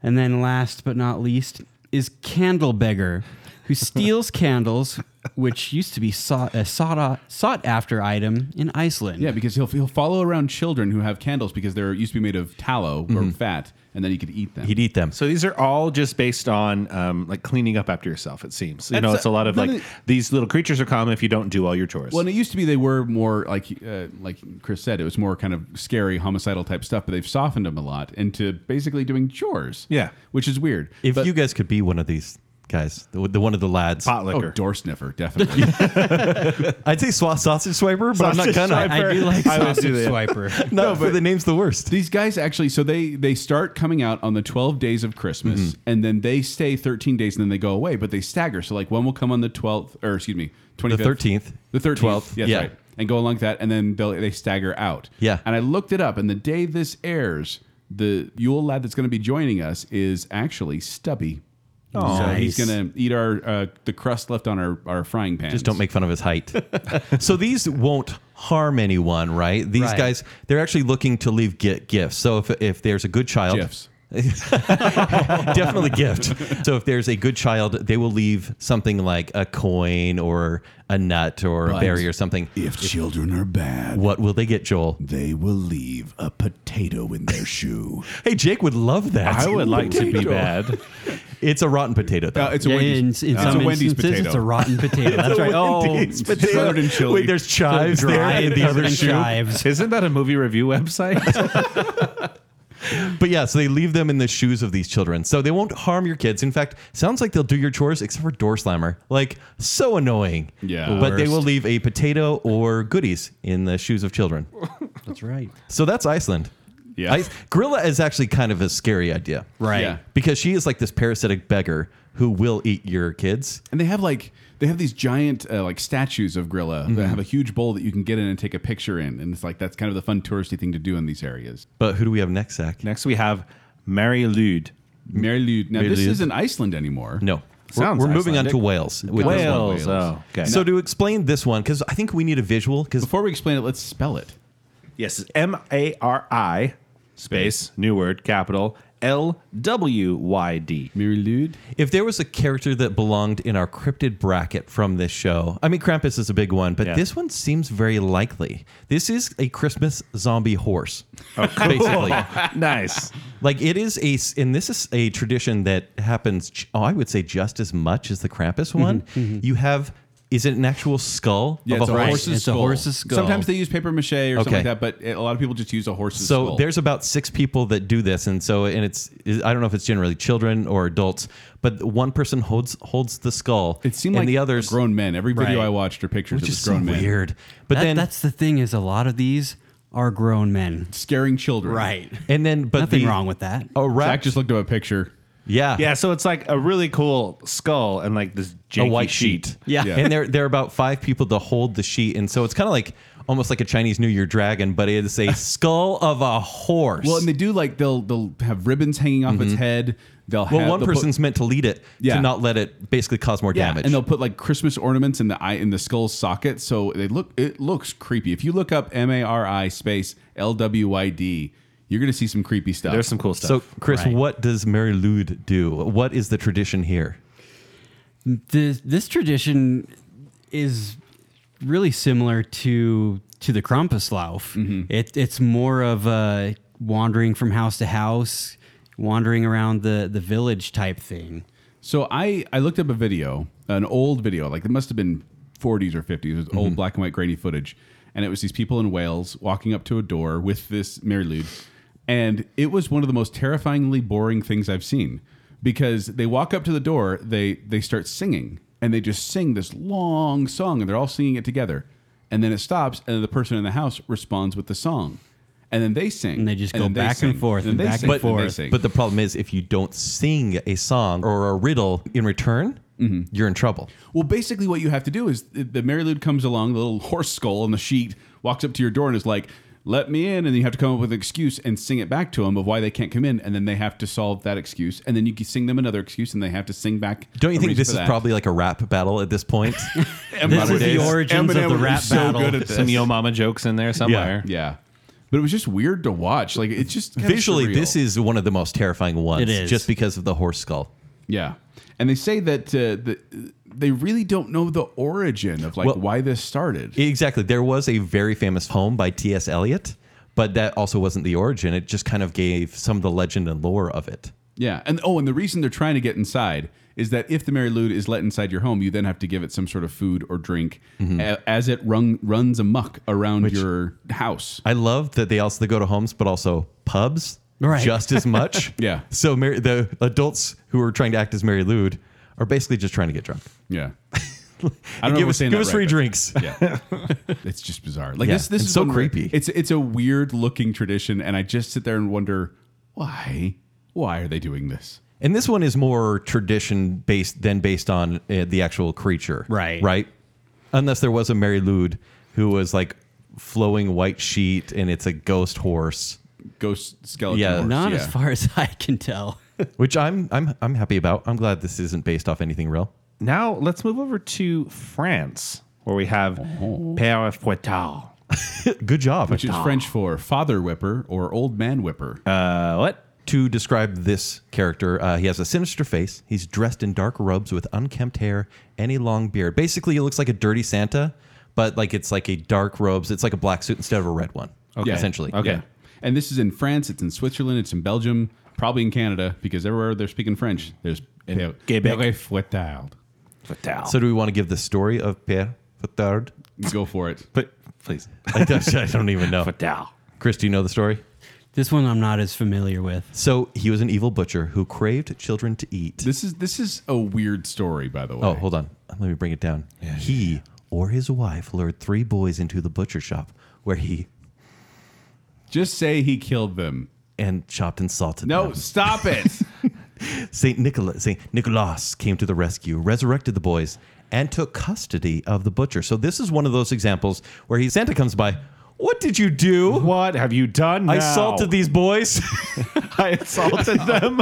And then last but not least is candle beggar, who steals candles, which used to be sought, a sought, a- sought after item in Iceland. Yeah, because he'll he'll follow around children who have candles because they're used to be made of tallow or fat, and then he could eat them. He'd eat them. So these are all just based on um, like cleaning up after yourself. It seems you know That's- it's a lot of no, like no. these little creatures are common if you don't do all your chores. Well, and it used to be they were more like uh, like Chris said, it was more kind of scary homicidal type stuff, but they've softened them a lot into basically doing chores. Yeah. which is weird. If But- you guys could be one of these guys, the, the one of the lads, Pot liquor. oh door sniffer definitely. I'd say swa- sausage swiper, but I'm not Sausage gonna. swiper. I do like I would do sausage that. swiper. Not for the name's the worst. These guys actually, so they they start coming out on the twelve days of Christmas, Mm-hmm. and then they stay thirteen days, and then they go away, but they stagger. So like one will come on the twelfth, or excuse me, twenty 13th, the thirteenth, 12th, yeah, that's yeah. right, and go along with that, and then they they stagger out. Yeah. and I looked it up, and the day this airs, the Yule lad that's going to be joining us is actually Stubby. Oh, so he's Nice. going to eat our uh, the crust left on our our frying pan. Just don't make fun of his height. so these won't harm anyone, right? These Right. guys, they're actually looking to leave gi- gifts. So if, if there's a good child, gifs. definitely gift. So if there's a good child, they will leave something like a coin or a nut or a berry or something. If children are bad, What will they get, Joel? they will leave a potato in their shoe. Hey, Jake would love that. I would like to be Potato. bad. It's a rotten potato, though. Uh, it's a Yeah, in, in Wendy's, some it's a Wendy's instances, potato. it's a rotten potato. That's right. Oh, Wendy's potato. covered in chili. Wait, there's chives there dry in the covered other in shoe. chives. Isn't that a movie review website? But yeah, so they leave them in the shoes of these children. So they won't harm your kids. In fact, sounds like they'll do your chores except for door slammer. Like so annoying. Yeah. But they will leave a potato or goodies in the shoes of children. That's right. So that's Iceland. Yeah. I, gorilla is actually kind of a scary idea. Right. Yeah. Because she is like this parasitic beggar who will eat your kids. and they have like they have these giant uh, like statues of Grilla Mm-hmm. that have a huge bowl that you can get in and take a picture in, and it's like that's kind of the fun touristy thing to do in these areas. But who do we have next, Zach? Next we have Mary Lude. Mm-hmm. Merlud. Now this Merlud. isn't Iceland anymore. No. We're, Sounds we're moving on Icelandic. to Wales. with this one. Wales. Wales. Oh, okay. So to explain this one, because I think we need a visual, because Before we explain it, let's spell it. Yes, M A R I space new word capital L W Y D. Merlud. If there was a character that belonged in our cryptid bracket from this show, I mean, Krampus is a big one, but Yeah. this one seems very likely. This is a Christmas zombie horse, Oh, basically. nice. Like it is a, s- and this is a tradition that happens. j- Oh, I would say just as much as the Krampus one. You have, is it an actual skull Mm-hmm, Yeah, of it's a a horse? horse's It's a skull. horse's skull. Sometimes they use paper mache or something Okay. like that, but eh, a lot of people just use a horse's So skull. there's about six people that do this, and so and it's I don't know if it's generally children or adults, but one person holds holds the skull. it seemed and like the others grown men. Every video Right. I watched are pictures which of is this so grown men weird. But That- then that's the thing is a lot of these are grown men. scaring children. and then but Nothing the, wrong with that. A Zach wrap, just looked up a picture. yeah, Yeah, so it's like a really cool skull and like this a janky white sheet. sheet. Yeah. Yeah. and there there are about five people to hold the sheet, and so it's kind of like almost like a Chinese New Year dragon, but it's a skull of a horse. Well, and they do like they'll they'll have ribbons hanging off its head. They'll Mm-hmm. Well, have, one they'll put- person's meant to lead it Yeah. to not let it basically cause more damage. And they'll put like Christmas ornaments in the eye in the skull socket, so they look it looks creepy. If you look up M A R I space L W Y D, you're gonna see some creepy stuff. There's some cool stuff. so, Chris, Right. what does Mary Lude do? What is the tradition here? This, this tradition is really similar to to the Krampuslauf. It, it's more of a wandering from house to house, wandering around the, the village type thing. So I I looked up a video, an old video, like it must have been 40s or 50s, it was Mm-hmm. old black and white grainy footage, and it was these people in Wales walking up to a door with this Marylude, and it was one of the most terrifyingly boring things I've seen because they walk up to the door, they they start singing. and they just sing this long song and they're all singing it together. And then it stops, and then the person in the house responds with the song. And then they sing. And they just go then back and sing, forth then and they back sing, and then they forth. sing. But the problem is, if you don't sing a song or a riddle in return, Mm-hmm. you're in trouble. Well, basically, what you have to do is the the Marylude comes along, the little horse skull on the sheet walks up to your door and is like, "Let me in," and then you have to come up with an excuse and sing it back to them of why they can't come in, and then they have to solve that excuse, and then you can sing them another excuse, and they have to sing back. Don't you a think reason this for is that. probably like a rap battle at this point? Modern is the days, origins of Eminem the would be rap so battle. Good at Some this. Yo Mama jokes in there somewhere. yeah, but it was just weird to watch. Like it's just kinda Visually, surreal. this is one of the most terrifying ones. It is. just because of the horse skull. yeah, and they say that uh, the, they really don't know the origin of like Well- why this started. Exactly. There was a very famous poem by T.S. Eliot, but that also wasn't the origin. It just kind of gave some of the legend and lore of it. Yeah, and oh, and the reason they're trying to get inside is that if the Mary Lude is let inside your home, you then have to give it some sort of food or drink Mm-hmm. a- as it run, runs amuck around your house. I love that they also they go to homes, but also pubs, Right. Just as much. Yeah. So Mary, the adults who are trying to act as Mary Lude are basically just trying to get drunk. Yeah, I don't know if give we're us, saying give that us free right, drinks. Yeah, it's just bizarre. Like Yeah, this, this and is so one where- creepy. It's it's a weird looking tradition, and I just sit there and wonder why why are they doing this? And this one is more tradition based than based on uh, the actual creature. Right. Right. Unless there was a Mary Lude who was like flowing white sheet and it's a ghost horse, Ghost skeleton. Yeah. horse, Not yeah. as far as I can tell. which I'm I'm I'm happy about. I'm glad this isn't based off anything real. Now let's move over to France, where we have Père Fouettard. Good job. Which is French for father whipper or old man whipper. Uh, what? to describe this character, uh, he has a sinister face. He's dressed in dark robes with unkempt hair and a long beard. Basically, he looks like a dirty Santa, but like it's like a dark robes. It's like a black suit instead of a red one. Yeah. Essentially. Okay. Yeah. And this is in France, it's in Switzerland, it's in Belgium, probably in Canada, because everywhere they're speaking French, there's Quebec. Perret Fouettard. Fouettard. So, do we want to give the story of Pierre Fatard? Go for it. But please, Oh. I don't, I don't even know. Fouettard. Chris, do you know the story? This one I'm not as familiar with. So he was an evil butcher who craved children to eat. This is this is a weird story, by the way. Oh, hold on. Let me bring it down. he or his wife lured three boys into the butcher shop where he Just say he killed them. and chopped and salted No, them. stop it. Saint Nicholas, Saint Nicholas came to the rescue, resurrected the boys, and took custody of the butcher. So this is one of those examples where he Santa comes by. What did you do? What have you done? I now?" salted these boys. I assaulted them.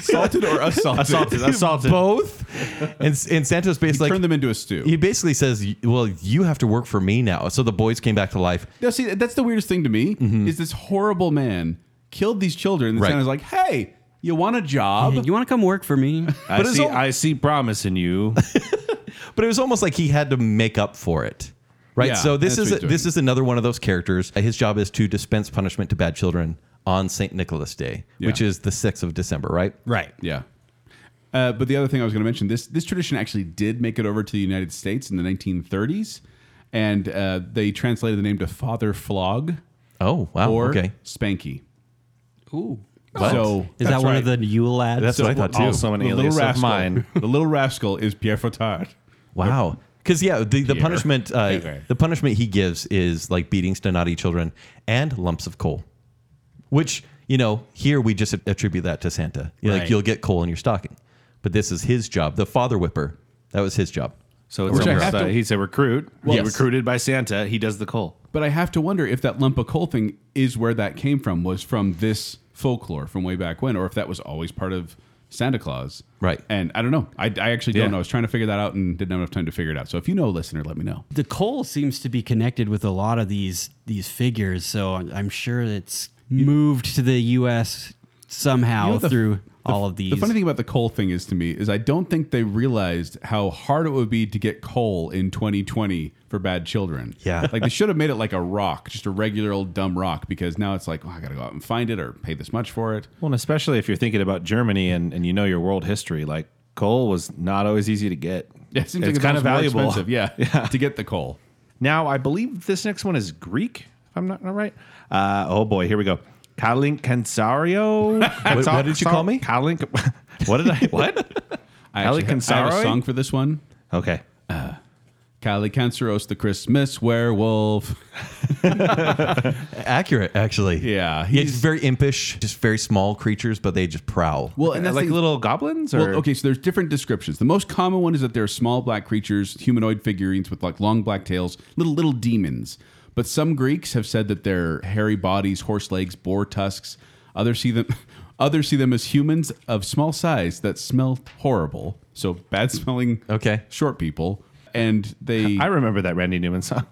Salted or assaulted. assaulted. Assaulted. both. And, and Santa's basically Turn like, them into a stew. he basically says, "Well, you have to work for me now." So the boys came back to life. No, see, that's the weirdest thing to me is this horrible man killed these children. And Right. Santa's like, hey, you want a Hey, job? you want to come work for me? I it's see. all- I see promise in you. But it was almost like he had to make up for it. Right? Yeah, so this that's is what he's doing. this is another one of those characters. Uh, His job is to dispense punishment to bad children on St. Nicholas Day, which Yeah. is the 6th of December, right? right. Yeah. Uh, but the other thing I was going to mention this this tradition actually did make it over to the United States in the 1930s, and uh, they translated the name to Father Flog Oh, wow. or okay. Spanky. Ooh. So Is that one of the Yule ads? That's what I thought too. Also an the alias little of rascal, mine. the little rascal is Pierre Fatard. Wow. Because yeah, the, the punishment uh, Okay. the punishment he gives is like beatings to naughty children and lumps of coal, which you know here we just attribute that to Santa. You're Like Right. you'll get coal in your stocking, but this is his job. The father whipper that was his job. So it's Which I almost, have uh, to- he's a recruit. Well, Yes. recruited by Santa. He does the coal. But I have to wonder if that lump of coal thing is where that came from. Was from this folklore from way back when, or if that was always part of Santa Claus. Right. And I don't know. I, I actually don't Yeah. know. I was trying to figure that out and didn't have enough time to figure it out. So if you know, listener, let me know. the coal seems to be connected with a lot of these these figures, so I'm I'm sure it's moved to the U.S. somehow You know, the- through the- all of these. The funny thing about the coal thing is to me is I don't think they realized how hard it would be to get coal in 2020 for bad children. Yeah. like they should have made it like a rock, just a regular old dumb rock, because now it's like, oh, I gotta go out and find it or pay this much for it. Well, and especially if you're thinking about Germany and, and you know your world history, like coal was not always easy to get. Yeah, it seems like it's kind of almost more valuable. expensive, yeah, to get the coal. Now, I believe this next one is Greek, if I'm not, not right. Uh, oh boy, here we go. Kalink Kansario. What- what did you call me? Kalink. What did I? What? I Ali actually ha- I have a Kansari? song for this one. Okay. Kylie Canceros, the Christmas werewolf. Accurate, actually. Yeah, He's he's- very impish, just very small creatures, but they just prowl. Well, And and that's Uh, like the- little goblins, or Well, okay, so there's different descriptions. The most common one is that they're small black creatures, humanoid figurines with like long black tails, little little demons. But some Greeks have said that they're hairy bodies, horse legs, boar tusks. Others see them others see them as humans of small size that smell horrible. So bad smelling Okay. short people. And they I remember that Randy Newman song.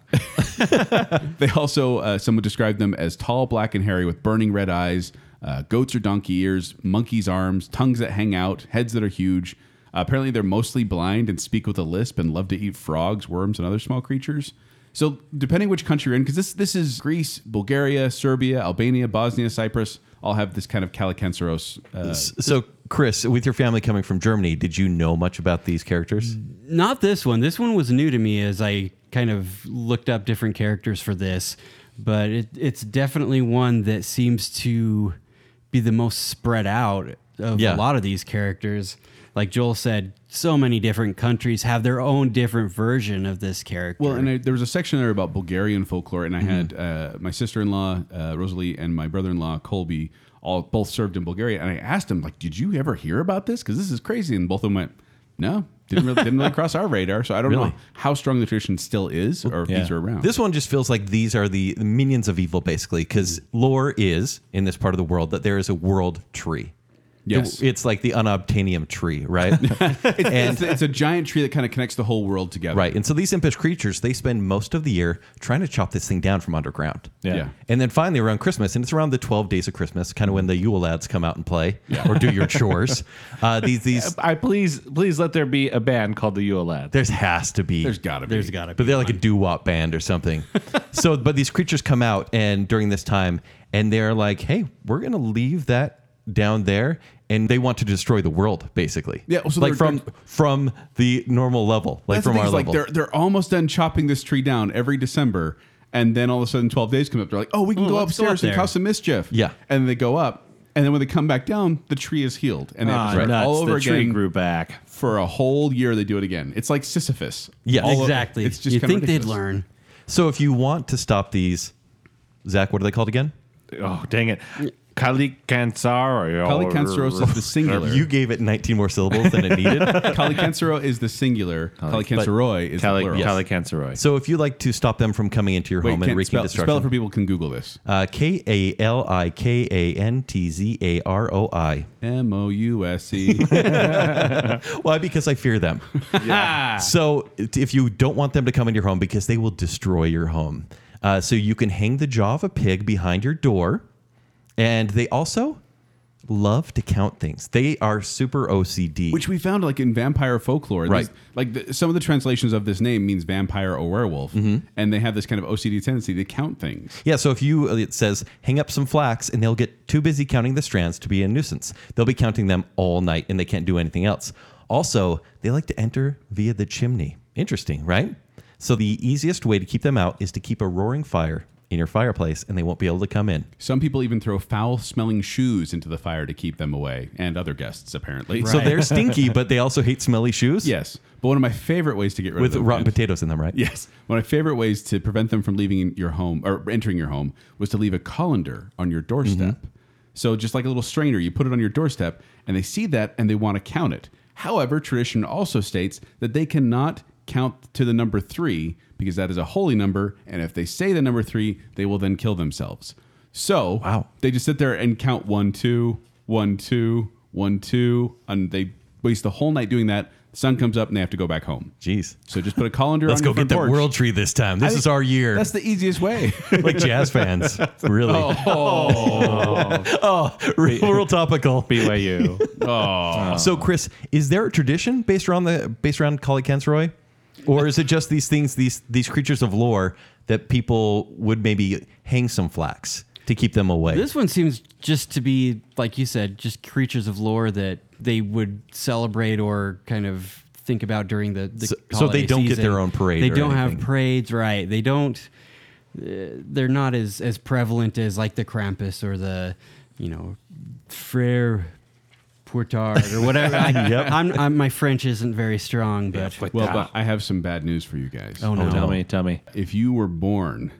they also uh, someone described them as tall, black, and hairy with burning red eyes, uh, goats or donkey ears, monkeys' arms, tongues that hang out, heads that are huge. Uh, apparently, they're mostly blind and speak with a lisp and love to eat frogs, worms, and other small creatures. So, depending which country you're in, because this this is Greece, Bulgaria, Serbia, Albania, Bosnia, Cyprus, all have this kind of calicanceros. Uh, S- so, Chris, with your family coming from Germany, did you know much about these characters? Not this one. This one was new to me as I kind of looked up different characters for this, but it, it's definitely one that seems to be the most spread out of Yeah. a lot of these characters. Like Joel said, so many different countries have their own different version of this character. Well, and I, there was a section there about Bulgarian folklore, and I Mm-hmm. had uh, my sister-in-law uh, Rosalie and my brother-in-law Colby all both served in Bulgaria, and I asked them like, "Did you ever hear about this? Because this is crazy." And both of them went, "No, didn't really, didn't really cross our radar." So I don't Really? know how strong the tradition still is, or if these are around. This one just feels like these are the minions of evil, basically, because lore is in this part of the world that there is a world tree. Yes. It's like the unobtainium tree, right? it's, it's a giant tree that kind of connects the whole world together. right. And so these impish creatures, they spend most of the year trying to chop this thing down from underground. Yeah. And then finally, around Christmas, and it's around the 12 days of Christmas, kind of when the Yule lads come out and play or do your chores. Uh, these, these, I please, please let there be a band called the Yule Lads. there's has to be. There's gotta be. there's got to be. But they're like a doo wop band or something. so, but these creatures come out and during this time, and they're like, hey, we're going to leave that down there. And they want to destroy the world, basically. Yeah, so like they're- from they're- from the normal level, like That's from the thing, our is, level. Like they're they're almost done chopping this tree down every December, and then all of a sudden, twelve days come up. They're like, "Oh, we can Ooh, go let's go up upstairs and there." cause some mischief." Yeah. and they go up, and then when they come back down, the tree is healed, and they have to Ah, start nuts, all over the tree again grew back. for a whole year. They do it again. It's like Sisyphus. Yeah. All o- exactly. It's just you kinda think they'd ridiculous. learn. so, if you want to stop these, Zach, what are they called again? Oh, dang it. Kali Kansar. Calicanceros is the singular. You gave it 19 more syllables than it needed. Calicancero is the singular. Calicanceroi is the plural. Kali Kansaroy. so, if you like to stop them from coming into your Wait, home and can't wreaking spell, destruction, spell it for people who can Google this. uh, K A L I K A N T Z A R O I. M O U S E. Why? Because I fear them. So it- if you don't want them to come into your home because they will destroy your home, uh, so you can hang the jaw of a pig behind your door, and they also love to count things. They are super OCD. which we found like in vampire folklore. These- Right. like the, some of the translations of this name means vampire or werewolf, and they have this kind of OCD tendency to count things. yeah, so if you uh, it says hang up some flax and they'll get too busy counting the strands to be a nuisance. They'll be counting them all night and they can't do anything else. Also, they like to enter via the chimney. Interesting, right? So the easiest way to keep them out is to keep a roaring fire in your fireplace and they won't be able to come in. Some people even throw foul-smelling shoes into the fire to keep them away, and other guests apparently. So So Right. they're stinky, but they also hate smelly shoes. yes, but one of my favorite ways to get rid With of them, rotten man. potatoes in them, right? Yes, one of my favorite ways to prevent them from leaving in your home or entering your home was to leave a colander on your doorstep. Mm-hmm. So just like a little strainer, you put it on your doorstep, and they see that and they want to count it. However, tradition also states that they cannot count to the number three because that is a holy number, and if they say the number three, they will then kill themselves. So Wow. they just sit there and count one, two, one, two, one, two, and they waste the whole night doing that. Sun comes up and they have to go back home. Jeez. So just put a colander Let's on go your get front that porch. world tree this time. This is our year. That's the easiest way. like jazz fans. Really. Oh. Oh, Real topical. BYU. Oh, So Chris, is there a tradition based around the based around Calicanceroy? Or is it just these things, these these creatures of lore that people would maybe hang some flax to keep them away? This one seems just to be, like you said, just creatures of lore that they would celebrate or kind of think about during the, the So- so holiday they don't get season. their own parade They or don't have anything. parades, right? They don't. uh, They're not as as prevalent as like the Krampus or the, you know, Frere Poutard or whatever. I, I'm, I'm, my French isn't very strong, but Well, but I have some bad news for you guys. oh Oh, no. tell Tell me, tell me. If you were born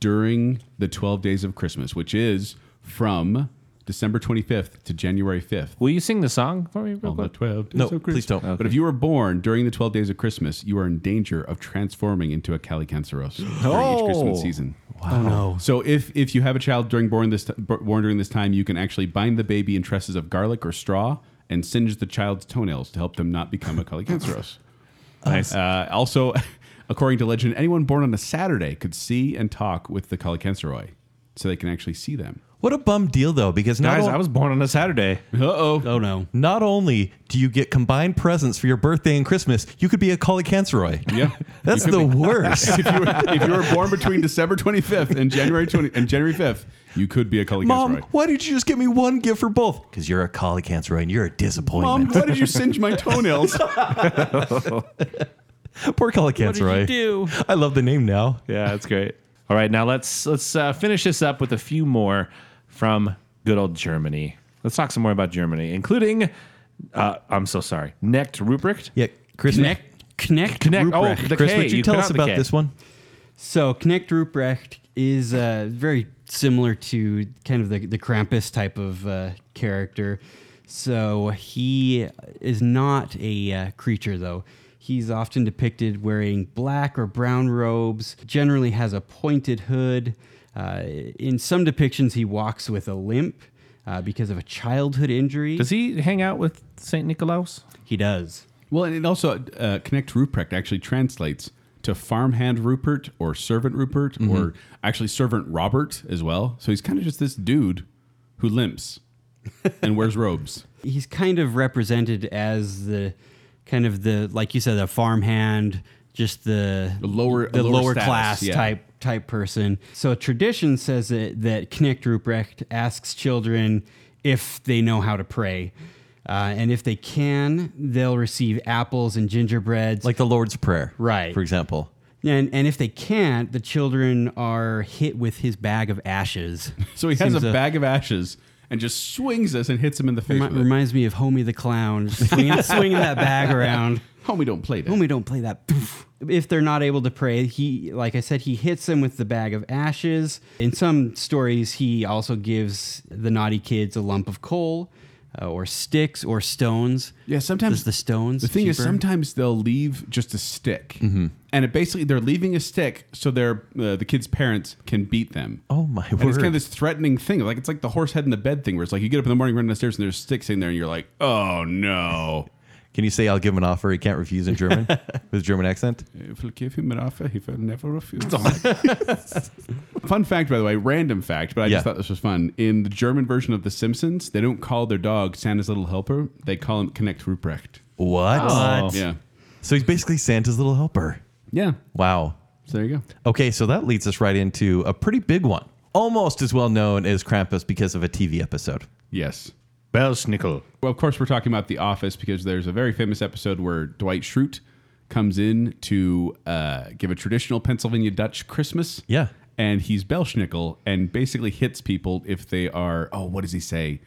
during the 12 days of Christmas, which is from December 25th to January 5th, Will you sing the song for me real on the quick? 12 days No, of Christmas. please don't. But if you were born during the 12 days of Christmas, you are in danger of transforming into a calicanceros during each Christmas season. Oh no. So if if you have a child during born this t- born during this time, you can actually bind the baby in tresses of garlic or straw and singe the child's toenails to help them not become a calicanceros. nice. Uh, also, according to legend, anyone born on a Saturday could see and talk with the calicanceroi, so they can actually see them. What a bum deal, though, because not, Guys, o- I was born on a Saturday. Uh oh. Oh no. not only do you get combined presents for your birthday and Christmas, you could be a colicanceroy. Yeah. That's the worst. if, you were, if you were born between December 25th and January 20 and January 5th, you could be a calicanceroy. Mom, why did you just give me one gift for both? Because you're a colicanceroy and you're a Mom, disappointment. why did you singe my toenails? Poor colicanceroy. What did you do? I love the name now. Yeah, that's great. All right, now let's let's uh, finish this up with a few more from good old Germany. Let's talk some more about Germany, including. Uh, I'm so sorry. Necked Ruprecht. Yeah, Chris. Knecht, Knecht, Knecht- oh, Ruprecht. the Chris, K, would you, you tell put us out the about K. this one? So Knecht Ruprecht is uh, very similar to kind of the, the Krampus type of uh, character. So he is not a uh, creature, though. He's often depicted wearing black or brown robes, generally has a pointed hood. Uh, in some depictions, he walks with a limp uh, because of a childhood injury. Does he hang out with Saint Nicholas? He does. Well, and it also uh, connect Ruprecht actually translates to farmhand Rupert or servant Rupert or actually servant Robert as well. So he's kind of just this dude who limps and wears robes. he's kind of represented as the kind of the like you said the farmhand just the, The lower- the lower lower, status, class yeah. type type person so tradition says that that knecht ruprecht asks children if they know how to pray uh, and if they can they'll receive apples and gingerbreads Like the Lord's Prayer. Right. For example. and, and if they can't the children are hit with his bag of ashes So he has Seems a bag of ashes and just swings us and hits him in the face. Remi- with it. reminds me of homie the clown just swinging, swinging that bag around Homie, don't play that. Homie, don't play that. Poof. If they're not able to pray, he, like I said, he hits them with the bag of ashes. In some stories, he also gives the naughty kids a lump of coal, uh, or sticks, or stones. Yeah, sometimes Does the stones. The thing is, cheaper? sometimes they'll leave just a stick, and it basically they're leaving a stick so their uh, the kid's parents can beat them. Oh, my And it's kind of word. this threatening thing, like it's like the horse head in the bed thing, where it's like you get up in the morning, run downstairs, and there's sticks in there, and you're like, oh no. Can you say I'll give him an offer he can't refuse in German with German accent? If will give him an offer, he will never refuse. fun fact, by the way, random fact, but I Yeah. just thought this was fun. In the German version of The Simpsons, they don't call their dog Santa's Little Helper; they call him Connect Ruprecht. What? Yeah, So he's basically Santa's little helper. yeah. Wow. So there you go. Okay, so that leads us right into a pretty big one. Almost as well known as Krampus because of a TV episode. Yes. Belsnickel. Well, of course, we're talking about The Office because there's a very famous episode where Dwight Schrute comes in to uh, give a traditional Pennsylvania Dutch Christmas. Yeah. And he's Belschnickel and basically hits people if they are, oh, what does he say?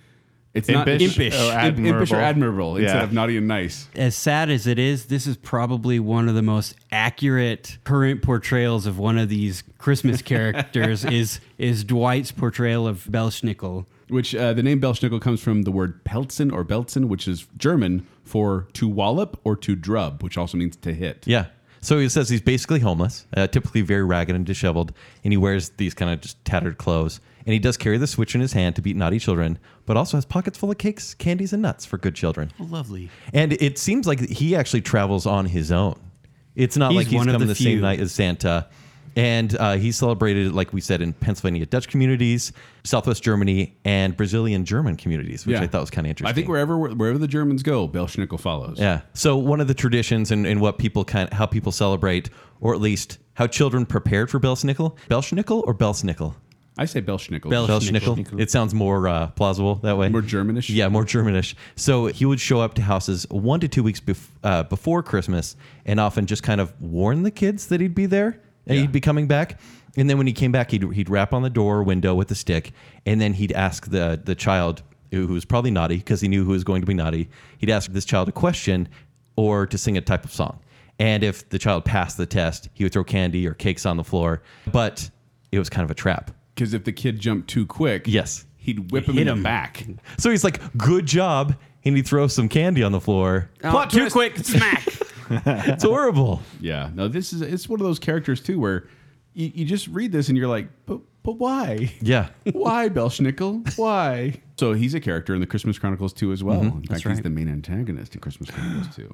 It's Impish. not impish. Or Im- impish admirable. or admirable instead Yeah. of naughty and nice. as sad as it is, this is probably one of the most accurate current portrayals of one of these Christmas characters. is is Dwight's portrayal of Belschnickel. Which uh, the name Belschnickel comes from the word Pelzen or Belzen, which is German for to wallop or to drub, which also means to hit. Yeah. So he says he's basically homeless, uh, typically very ragged and disheveled, and he wears these kind of just tattered clothes. And he does carry the switch in his hand to beat naughty children, but also has pockets full of cakes, candies, and nuts for good children. Lovely. And it seems like he actually travels on his own. It's not He's like he's one of coming the, the same few. night as Santa. And uh, he's celebrated, like we said, in Pennsylvania Dutch communities, Southwest Germany, and Brazilian German communities, which I thought was kind of interesting. I think wherever wherever the Germans go, Belschnickel follows. Yeah. So one of the traditions and, and what people kind how people celebrate, or at least how children prepared for Belschnickel, Belschnickel or Belsnickel? I say Belschnickel. Belschnickel. It sounds more uh, plausible that way. More Germanish? Yeah, more Germanish. So he would show up to houses one to two weeks bef- uh, before Christmas, and often just kind of warn the kids that he'd be there and he'd be coming back. And then when he came back, he'd he'd rap on the door window with a stick, and then he'd ask the the child who was probably naughty because he knew who was going to be naughty. He'd ask this child a question or to sing a type of song. And if the child passed the test, he would throw candy or cakes on the floor. But it was kind of a trap. Because if the kid jumped too quick, Yes. he'd whip him in the back. So he's like, good job. And he throws some candy on the floor. Oh. Plot too quick, smack. It's horrible. Yeah. No, this is it's one of those characters too where you, you just read this and you're like, but but why? Yeah. Why Belschnickel? Why? So he's a character in the Christmas Chronicles too as Mm-hmm. well. In fact, he's the main antagonist in Christmas Chronicles too.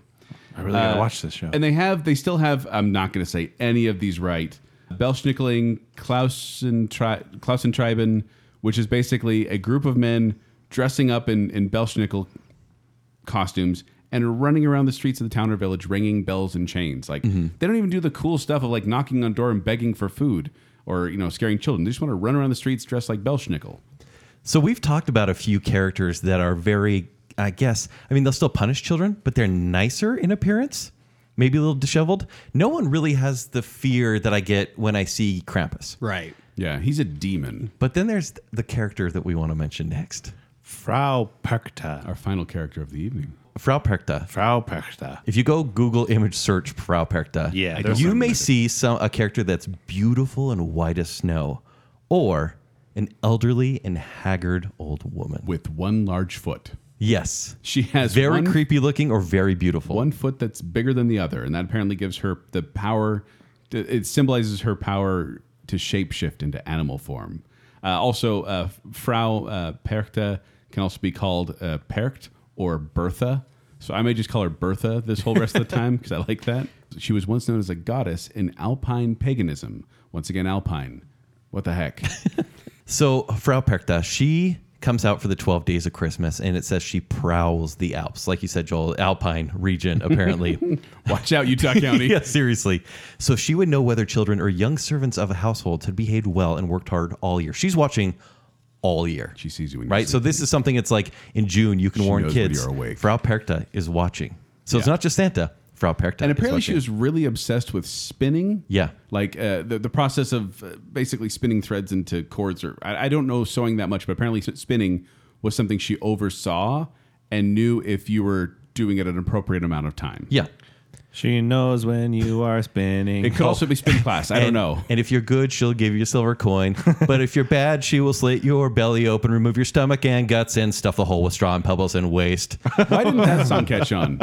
I really Uh, gotta watch this show. And they have, they still have. I'm not going to say any of these right. Belschnickling, Klausentri- Klausentreiben, which is basically a group of men dressing up in in Belschnickel costumes and running around the streets of the town or village ringing bells and chains. Like they don't even do the cool stuff of like knocking on door and begging for food or you know scaring children. They just want to run around the streets dressed like Belschnickel. So we've talked about a few characters that are very, I guess, I mean, they'll still punish children, but they're nicer in appearance, maybe a little disheveled. No one really has the fear that I get when I see Krampus. right. Yeah, he's a demon. But then there's the character that we want to mention next Frau Perkta. Our final character of the evening. Frau Perkta. Frau Perkta. If you go Google image search Frau Perkta, Yeah, I there's you some may image. see some a character that's beautiful and white as snow, or an elderly and haggard old woman. with one large foot. Yes. She has Very one, creepy looking or very beautiful. one foot that's bigger than the other, and that apparently gives her the power. To, it symbolizes her power to shapeshift into animal form. Uh, also, uh, Frau uh, Perchta can also be called uh, Percht or Bertha. So I may just call her Bertha this whole rest of the time because I like that. She was once known as a goddess in Alpine paganism. Once again, Alpine. What the heck? So Frau Perkta, she comes out for the 12 days of Christmas and it says she prowls the Alps. Like you said, Joel, Alpine region, apparently. Watch out, Utah County. yeah, seriously. So she would know whether children or young servants of a household had behaved well and worked hard all year. She's watching all year. She sees you when you're right? So this is something it's like in June you can She warn knows when kids. you're awake. Frau Perkta is watching. So it's Yeah. not just Santa. Frau Perkta. and is apparently she watching. was really obsessed with spinning Yeah. like uh, the, the process of uh, basically spinning threads into cords or I, I don't know sewing that much but apparently s- spinning was something she oversaw and knew if you were doing it an appropriate amount of time Yeah. She knows when you are spinning. Oh. it could also be spin class i don't And- know And if you're good, she'll give you a silver coin. but if you're bad, she will slit your belly open, remove your stomach and guts, and stuff the hole with straw and pebbles and waste. why didn't that song catch on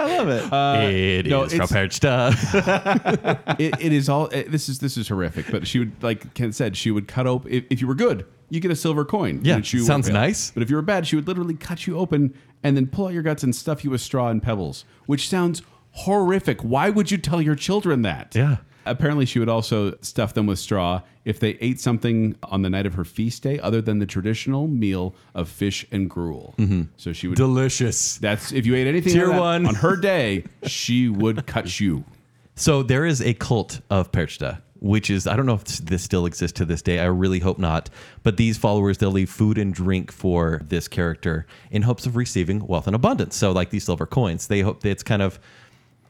it Uh, no, is Frau it's- Perkta. it, it is all it, this is this is horrific but she would like ken said she would cut open if, if you were good you get a silver coin Yeah, And she would sounds fail. nice. but if you were bad she would literally cut you open and then pull out your guts and stuff you with straw and pebbles which sounds horrific why would you tell your children that Yeah. apparently she would also stuff them with straw if they ate something on the night of her feast day other than the traditional meal of fish and gruel so she would Delicious. that's if you ate anything Mm-hmm. Tier like that one. on her day she would cut you So there is a cult of Perchta, which is I don't know if this still exists to this day. I really hope not. But these followers they'll leave food and drink for this character in hopes of receiving wealth and abundance. So like these silver coins, they hope it's kind of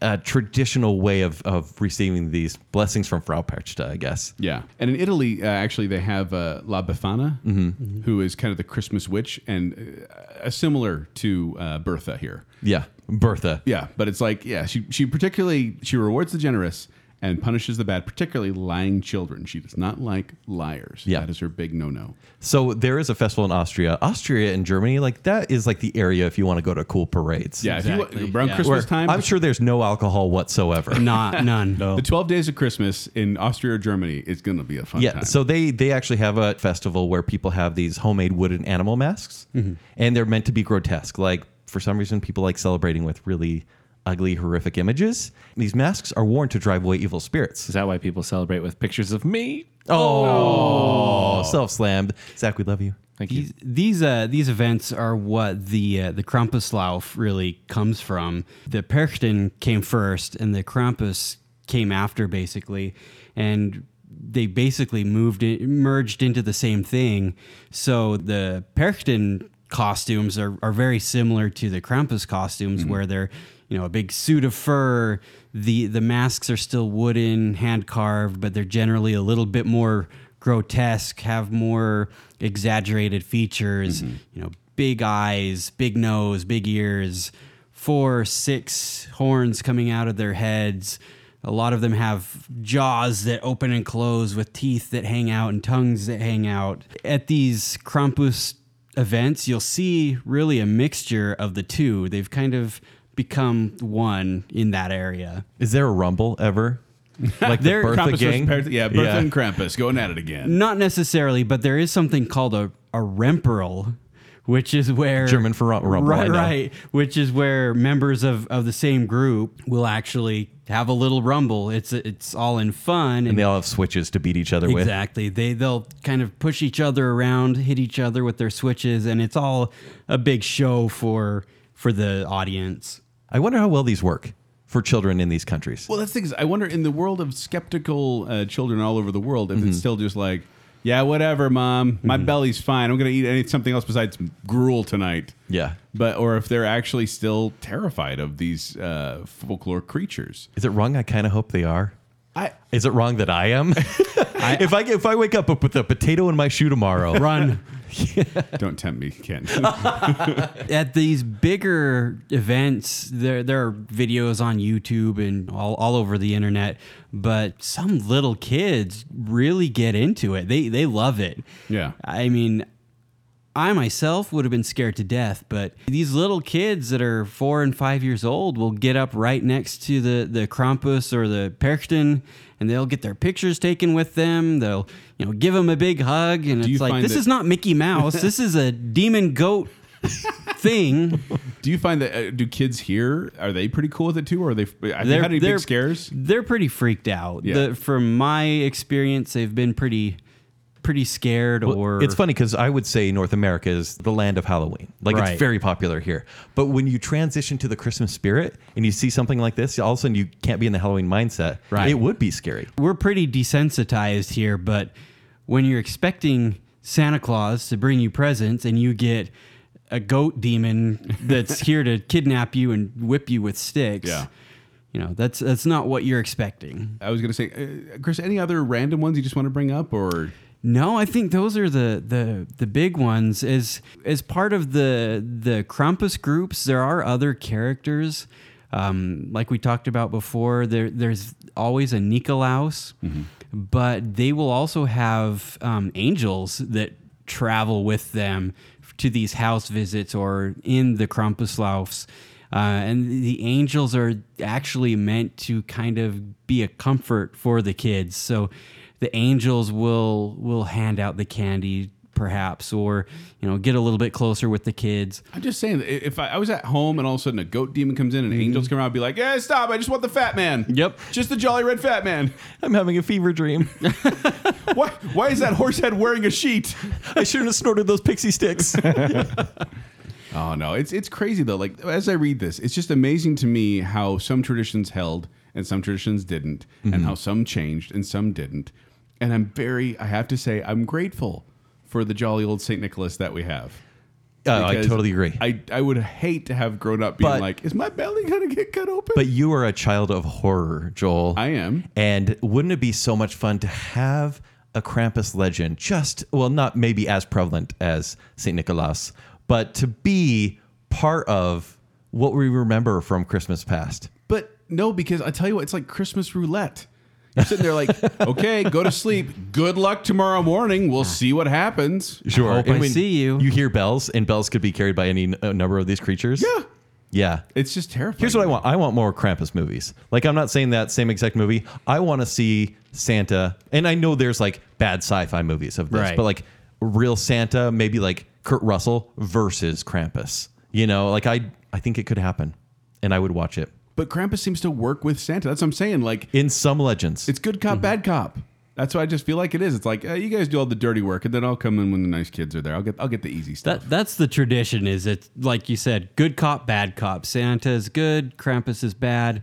a traditional way of of receiving these blessings from Frau Perchta, I guess. Yeah, and in Italy, uh, actually, they have uh, La Befana, Mm-hmm. who is kind of the Christmas witch, and uh, similar to uh, Bertha here. Yeah, Bertha. Yeah, but it's like, yeah, she she particularly she rewards the generous and punishes the bad, particularly lying children. She does not like liars. Yeah. that is her big no no. So there is a festival in Austria, Austria and Germany. Like that is like the area if you want to go to cool parades. Yeah, if Exactly, you, around yeah. Where Christmas time, I'm sure there's no alcohol whatsoever. Not none. the twelve days of Christmas in Austria or Germany is going to be a fun Yeah, time. so they they actually have a festival where people have these homemade wooden animal masks, Mm-hmm. and they're meant to be grotesque. Like for some reason, people like celebrating with really ugly, horrific images. These masks are worn to drive away evil spirits. is that why people celebrate with pictures of me? Oh, self slammed. Zach, we love you. Thank you. These these, uh, these events are what the uh, the Krampuslauf really comes from. The Perchten came first, and the Krampus came after, basically, and they basically moved in, merged into the same thing. So the Perchten costumes are, are very similar to the Krampus costumes, Mm-hmm. where they're you know a big suit of fur. the The masks are still wooden, hand carved, but they're generally a little bit more grotesque, have more exaggerated features, you know, big eyes, big nose, big ears, four, six horns coming out of their heads. A lot of them have jaws that open and close with teeth that hang out and tongues that hang out. At these Krampus events, you'll see really a mixture of the two. They've kind of become one in that area. Is there a rumble ever? Like There- the Bertha Krampus versus gang? Par- yeah, Bertha and Krampus going at it again. Not necessarily, but there is something called a, a Remperl, which is where German for rum- rumble, I Right, know. right. Which is where members of, of the same group will actually have a little rumble. It's it's all in fun and they all have switches to beat each other with. Exactly. They they'll kind of push each other around, hit each other with their switches, and it's all a big show for for the audience. I wonder how well these work for children in these countries. Well, that's the thing is, I wonder in the world of skeptical uh, children all over the world, if it's still just like, yeah, whatever, mom, my belly's fine. I'm gonna eat any, something else besides gruel tonight. Yeah. but or if they're actually still terrified of these uh, folklore creatures. Is it wrong? I kind of hope they are. I Is it wrong that I am? if I get- if I wake up with a potato in my shoe tomorrow, Run. don't tempt me, Ken. at these bigger events, there there are videos on YouTube and all, all over the internet, but some little kids really get into it. They they love it. Yeah. I mean, I myself would have been scared to death, but these little kids that are four and five years old will get up right next to the the Krampus or the Perchten, and they'll get their pictures taken with them. They'll you know give them a big hug, and you it's like find this that- is not Mickey Mouse. this is a demon goat thing. do you find that uh, do kids here are they pretty cool with it too, or are they? Have you had any big scares? They're pretty freaked out. Yeah. The, from my experience, they've been pretty pretty scared or it's funny because I would say North America is the land of Halloween. Like Right. it's very popular here. But when you transition to the Christmas spirit and you see something like this, all of a sudden you can't be in the Halloween mindset. Right. It would be scary. we're pretty desensitized here, but when you're expecting Santa Claus to bring you presents and you get a goat demon that's here to kidnap you and whip you with sticks, Yeah. you know, that's that's not what you're expecting. I was gonna say, uh, Chris, any other random ones you just want to bring up, or No, I think those are the the the big ones. As as part of the the Krampus groups, there are other characters. Um, like we talked about before, there there's always a Nikolaus, but they will also have um, angels that travel with them to these house visits or in the Krampuslaufs. Uh, and the angels are actually meant to kind of be a comfort for the kids. So the angels will will hand out the candy perhaps or you know get a little bit closer with the kids. I'm just saying, that if I, I was at home and all of a sudden a goat demon comes in and angels come out, I'd be like, "Yeah, stop! I just want the fat man. Yep. just the jolly red fat man. I'm having a fever dream. Why? Why is that horse head wearing a sheet? I shouldn't have snorted those pixie sticks. Oh no, it's it's crazy though. Like as I read this, it's just amazing to me how some traditions held and some traditions didn't, and how some changed and some didn't. And I'm very, I have to say, I'm grateful for the jolly old Saint Nicholas that we have. Oh, I Because totally agree. I, I would hate to have grown up being But- like, is my belly gonna get cut open? But you are a child of horror, Joel. I am. And wouldn't it be so much fun to have a Krampus legend just, well, not maybe as prevalent as St. Nicholas, but to be part of what we remember from Christmas past? But no, because I tell you what, it's like Christmas roulette. You're sitting there like, okay, go to sleep. Good luck tomorrow morning. We'll see what happens. Sure. hope I see you. You hear bells, and bells could be carried by any n- uh, number of these creatures. Yeah. Yeah. It's just terrifying. Here's what I want. I want more Krampus movies. Like I'm not saying that same exact movie. I want to see Santa, and I know there's like bad sci-fi movies of this, Right. but like real Santa, maybe like Kurt Russell versus Krampus. You know, like I I think it could happen, and I would watch it. But Krampus seems to work with Santa. That's what I'm saying. Like In some legends, it's good Mm-hmm. cop, bad cop. That's what I just feel like it is. It's like uh, you guys do all the dirty work, and then I'll come in when the nice kids are there. I'll get I'll get the easy stuff. That that's the tradition is it's like you said, good cop, bad cop. Santa is good, Krampus is bad.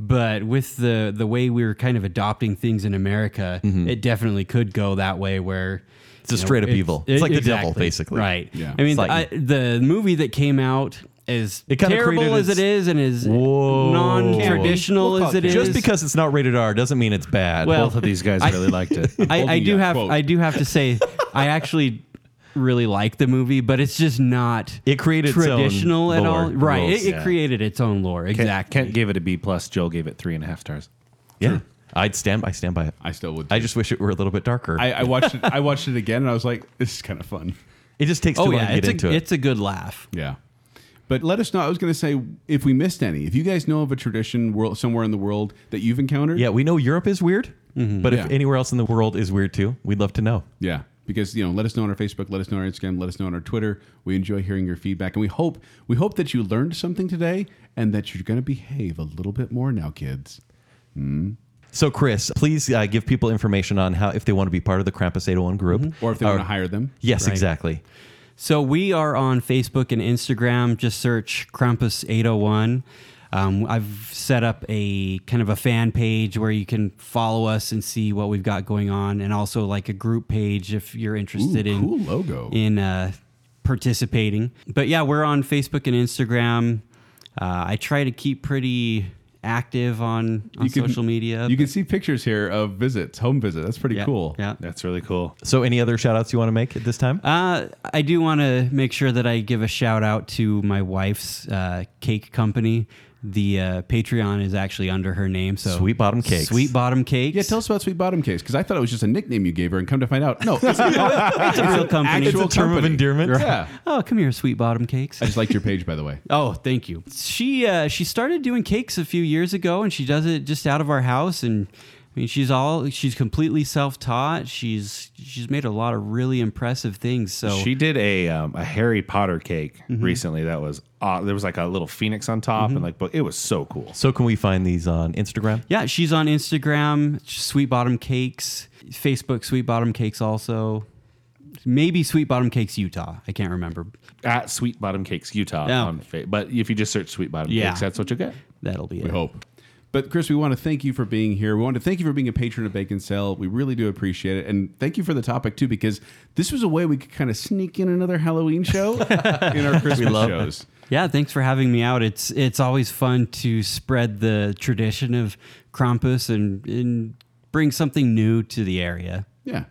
But with the the way we were kind of adopting things in America, it definitely could go that way where Mm-hmm. It's a you straight up evil. It's like the devil, basically. Right. Yeah. I mean, It's like- I, the movie that came out as It kinda terrible created as it its- is and as Whoa. non-traditional as it is. Just because it's not rated R doesn't mean it's bad. Well, Both of these guys I- really liked it. I, I holding do that have quote. I do have to say I actually really like the movie, but it's just not It created its own traditional at all. lore, Right, rules, it, it yeah. created its own lore. Kent, Exactly. Kent gave it a B plus. Joel gave it three and a half stars. yeah, I'd stand. I stand by it. I still would. I just wish it were a little bit darker. I, I watched it. I watched it again, and I was like, "This is kind of fun." it just takes too oh long yeah, to get it's into a, it. it's a good laugh. Yeah. But let us know. I was going to say if we missed any. If you guys know of a tradition world somewhere in the world that you've encountered, Yeah, we know Europe is weird, Mm-hmm. but Yeah. if anywhere else in the world is weird too, we'd love to know. Yeah, because you know, let us know on our Facebook, let us know on our Instagram, let us know on our Twitter. We enjoy hearing your feedback, and we hope we hope that you learned something today, and that you're going to behave a little bit more now, kids. So, Chris, please uh, give people information on how if they want to be part of the Krampus 801 group. Or if they Our- want to hire them, Yes, exactly. So we are on Facebook and Instagram. Just search Krampus801. Um, I've set up a kind of a fan page where you can follow us and see what we've got going on, and also like a group page if you're interested Ooh, in cool logo. in uh, participating. But yeah, we're on Facebook and Instagram. Uh, I try to keep pretty active on, on You can- social media. You can see pictures here of visits, home visit. That's pretty Yeah, cool. Yeah. That's really cool. So, any other shout outs you want to make at this time? Uh, I do want to make sure that I give a shout out to my wife's uh, cake company. The uh, Patreon is actually under her name, so Sweet Bottom Cakes. Sweet Bottom Cakes. Yeah, tell us about Sweet Bottom Case because I thought it was just a nickname you gave her, and come to find out, no, it's an it's a real company. actual term of company. endearment. Yeah, oh, come here, Sweet Bottom Cakes. I just liked your page, by the way. Oh, thank you. She uh, she started doing cakes a few years ago, and she does it just out of our house. And I mean, she's all she's completely self taught. She's she's made a lot of really impressive things. So She did a um, a Harry Potter cake Mm-hmm. recently. That was aw- there was like a little phoenix on top and like, but it was so cool. So, can we find these on Instagram? yeah, she's on Instagram, Sweet Bottom Cakes, Facebook, Sweet Bottom Cakes, also maybe Sweet Bottom Cakes Utah. I can't remember. At Sweet Bottom Cakes Utah Yeah. on fa- but if you just search Sweet Bottom Yeah. Cakes, that's what you get. That'll be We it. hope. But Chris, we want to thank you for being here. We want to thank you for being a patron of Bacon Cell. We really do appreciate it, and thank you for the topic too, because this was a way we could kind of sneak in another Halloween show in our Christmas shows. Yeah, thanks for having me out. It's it's always fun to spread the tradition of Krampus and, and bring something new to the area. Yeah,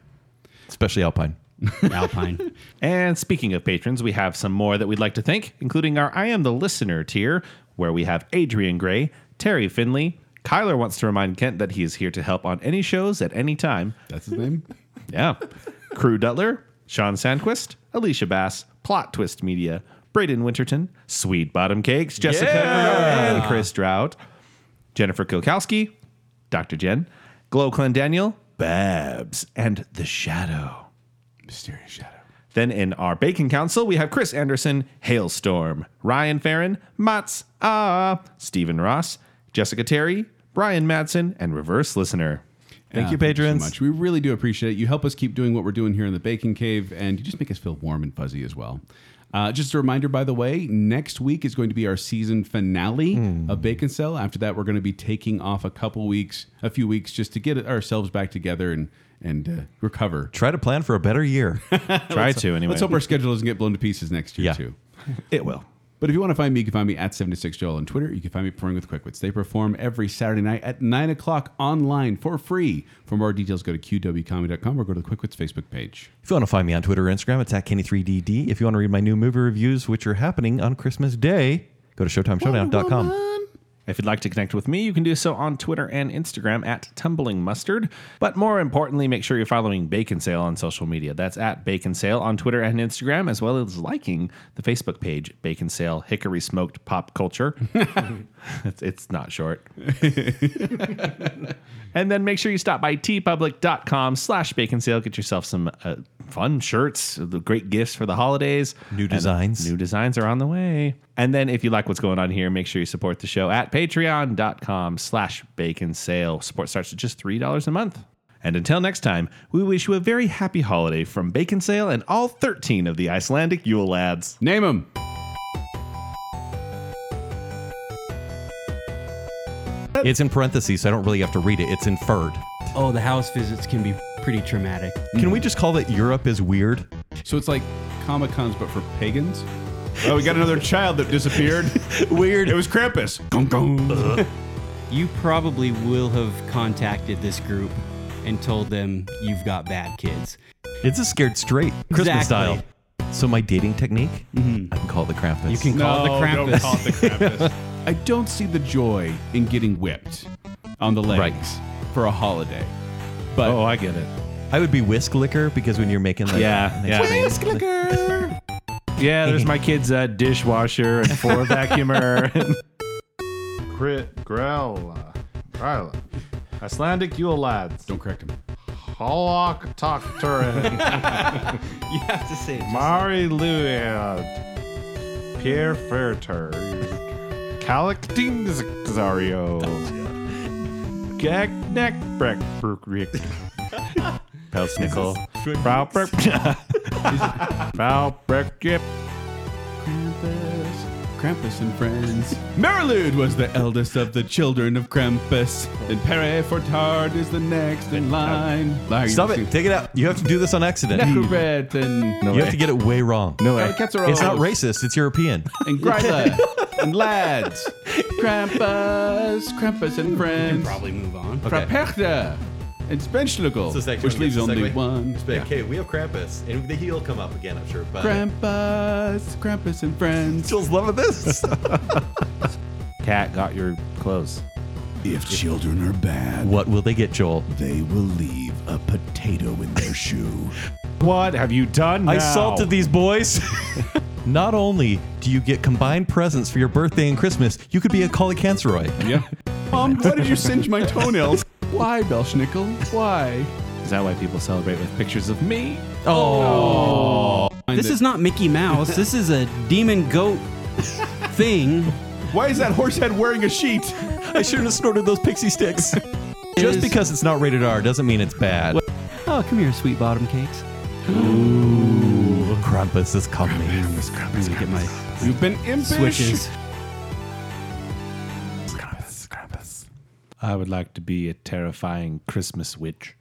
Especially Alpine. Alpine. And speaking of patrons, we have some more that we'd like to thank, including our I Am the Listener tier, where we have Adrian Gray, Terry Finley. Kyler wants to remind Kent that he is here to help on any shows at any time. that's his name. Yeah. Crew Dutler, Sean Sandquist, Alicia Bass, Plot Twist Media, Braden Winterton, Sweet Bottom Cakes, Jessica Bernard, and Chris Drought, Jennifer Kilkowski, Dr. Jen, Glow Daniel, Babs, and The Shadow. Mysterious Shadow. Then in our Bacon Council, we have Chris Anderson, Hailstorm, Ryan Farron, Mats, Ah, Stephen Ross, Jessica Terry, Brian Madsen, and Reverse Listener. Thank Yeah, you, so patrons. much. We really do appreciate it. You help us keep doing what we're doing here in the Bacon Cave, and you just make us feel warm and fuzzy as well. Uh, just a reminder, by the way, next week is going to be our season finale of Bacon Cell. After that, we're going to be taking off a couple weeks, a few weeks, just to get ourselves back together and and uh, recover. Try to plan for a better year. Try to, anyway. Let's hope our schedule doesn't get blown to pieces next year Yeah. too. it will. But if you want to find me, you can find me at 76Joel on Twitter. You can find me performing with Quickwits. They perform every Saturday night at 9 o'clock online for free. For more details, go to qwcomedy.com or go to the Quickwits Facebook page. If you want to find me on Twitter or Instagram, it's at Kenny3DD. If you want to read my new movie reviews, which are happening on Christmas Day, go to ShowtimeShowdown.com. If you'd like to connect with me, you can do so on Twitter and Instagram at Tumbling Mustard. But more importantly, make sure you're following Bacon Sale on social media. That's at Bacon Sale on Twitter and Instagram, as well as liking the Facebook page, Bacon Sale Hickory Smoked Pop Culture. it's, it's not short. and then make sure you stop by tpublic.com slash bacon sale. Get yourself some uh, fun shirts, the great gifts for the holidays. New And designs. New designs are on the way. And then if you like what's going on here, make sure you support the show at patreon.com slash bacon sale. Support starts at just $3 a month. And until next time, we wish you a very happy holiday from Bacon Sale and all 13 of the Icelandic Yule Lads. Name them. It's in parentheses, so I don't really have to read it. It's inferred. oh, the house visits can be pretty traumatic. Can we just call that Europe is weird? So it's like Comic Cons, but for pagans? Oh, we got another child that disappeared. Weird. It was Krampus. You probably will have contacted this group and told them you've got bad kids. It's a scared straight Christmas Exactly. style. So my dating technique, I Mm-hmm. can call the Krampus. You can call No, it the Don't Krampus. call it the Krampus. I don't see the joy in getting whipped on the legs for a holiday. But oh, I get it. I would be whisk liquor because when you're making like Yeah, yeah. Thanksgiving- Yeah, there's my kid's uh, dishwasher and floor vacuumer. Crit Grella. Grella. Icelandic Yule lads. don't correct him. Hollock Tokturin. You have to say it. just- Mari Luad. Pierre Ferter. Kalik Dingzario. Gag neck breck brook rick. Pelsnickel. Bow breck. Bow breck yep. Krampus, Krampus and friends. Merilude was the eldest of the children of Krampus, and Pere Fortard is the next in line. Larry, Stop you it. Take it out. You have to do this on accident. see- You Necoret and have to get it way wrong. No way. Cats are It's not all- racist. It's European. and Gryla and lads. Krampus, Krampus and friends. Probably move on. Fraperta and Spenschluckel, which leaves only one. Yeah. Okay, we have Krampus, and he'll come up again, I'm sure. But Krampus, Krampus and friends. Jill's loving this. Cat got your clothes. If children are bad, what will they get, Joel? they will leave a potato in their shoe. What have you done? I now? salted these boys. Not only do you get combined presents for your birthday and Christmas, you could be a colicanceroid. Yeah. Mom, Um, why did you singe my toenails? Why, Belschnickel? Why? Is that why people celebrate with pictures of me? This is not Mickey Mouse. this is a demon goat thing. Why is that horse head wearing a sheet? I shouldn't have snorted those pixie sticks. Just Is- because it's not rated R doesn't mean it's bad. Oh, come here, sweet bottom cakes. Krampus is coming. I'm gonna get my You've been impish. switches. I would like to be a terrifying Christmas witch.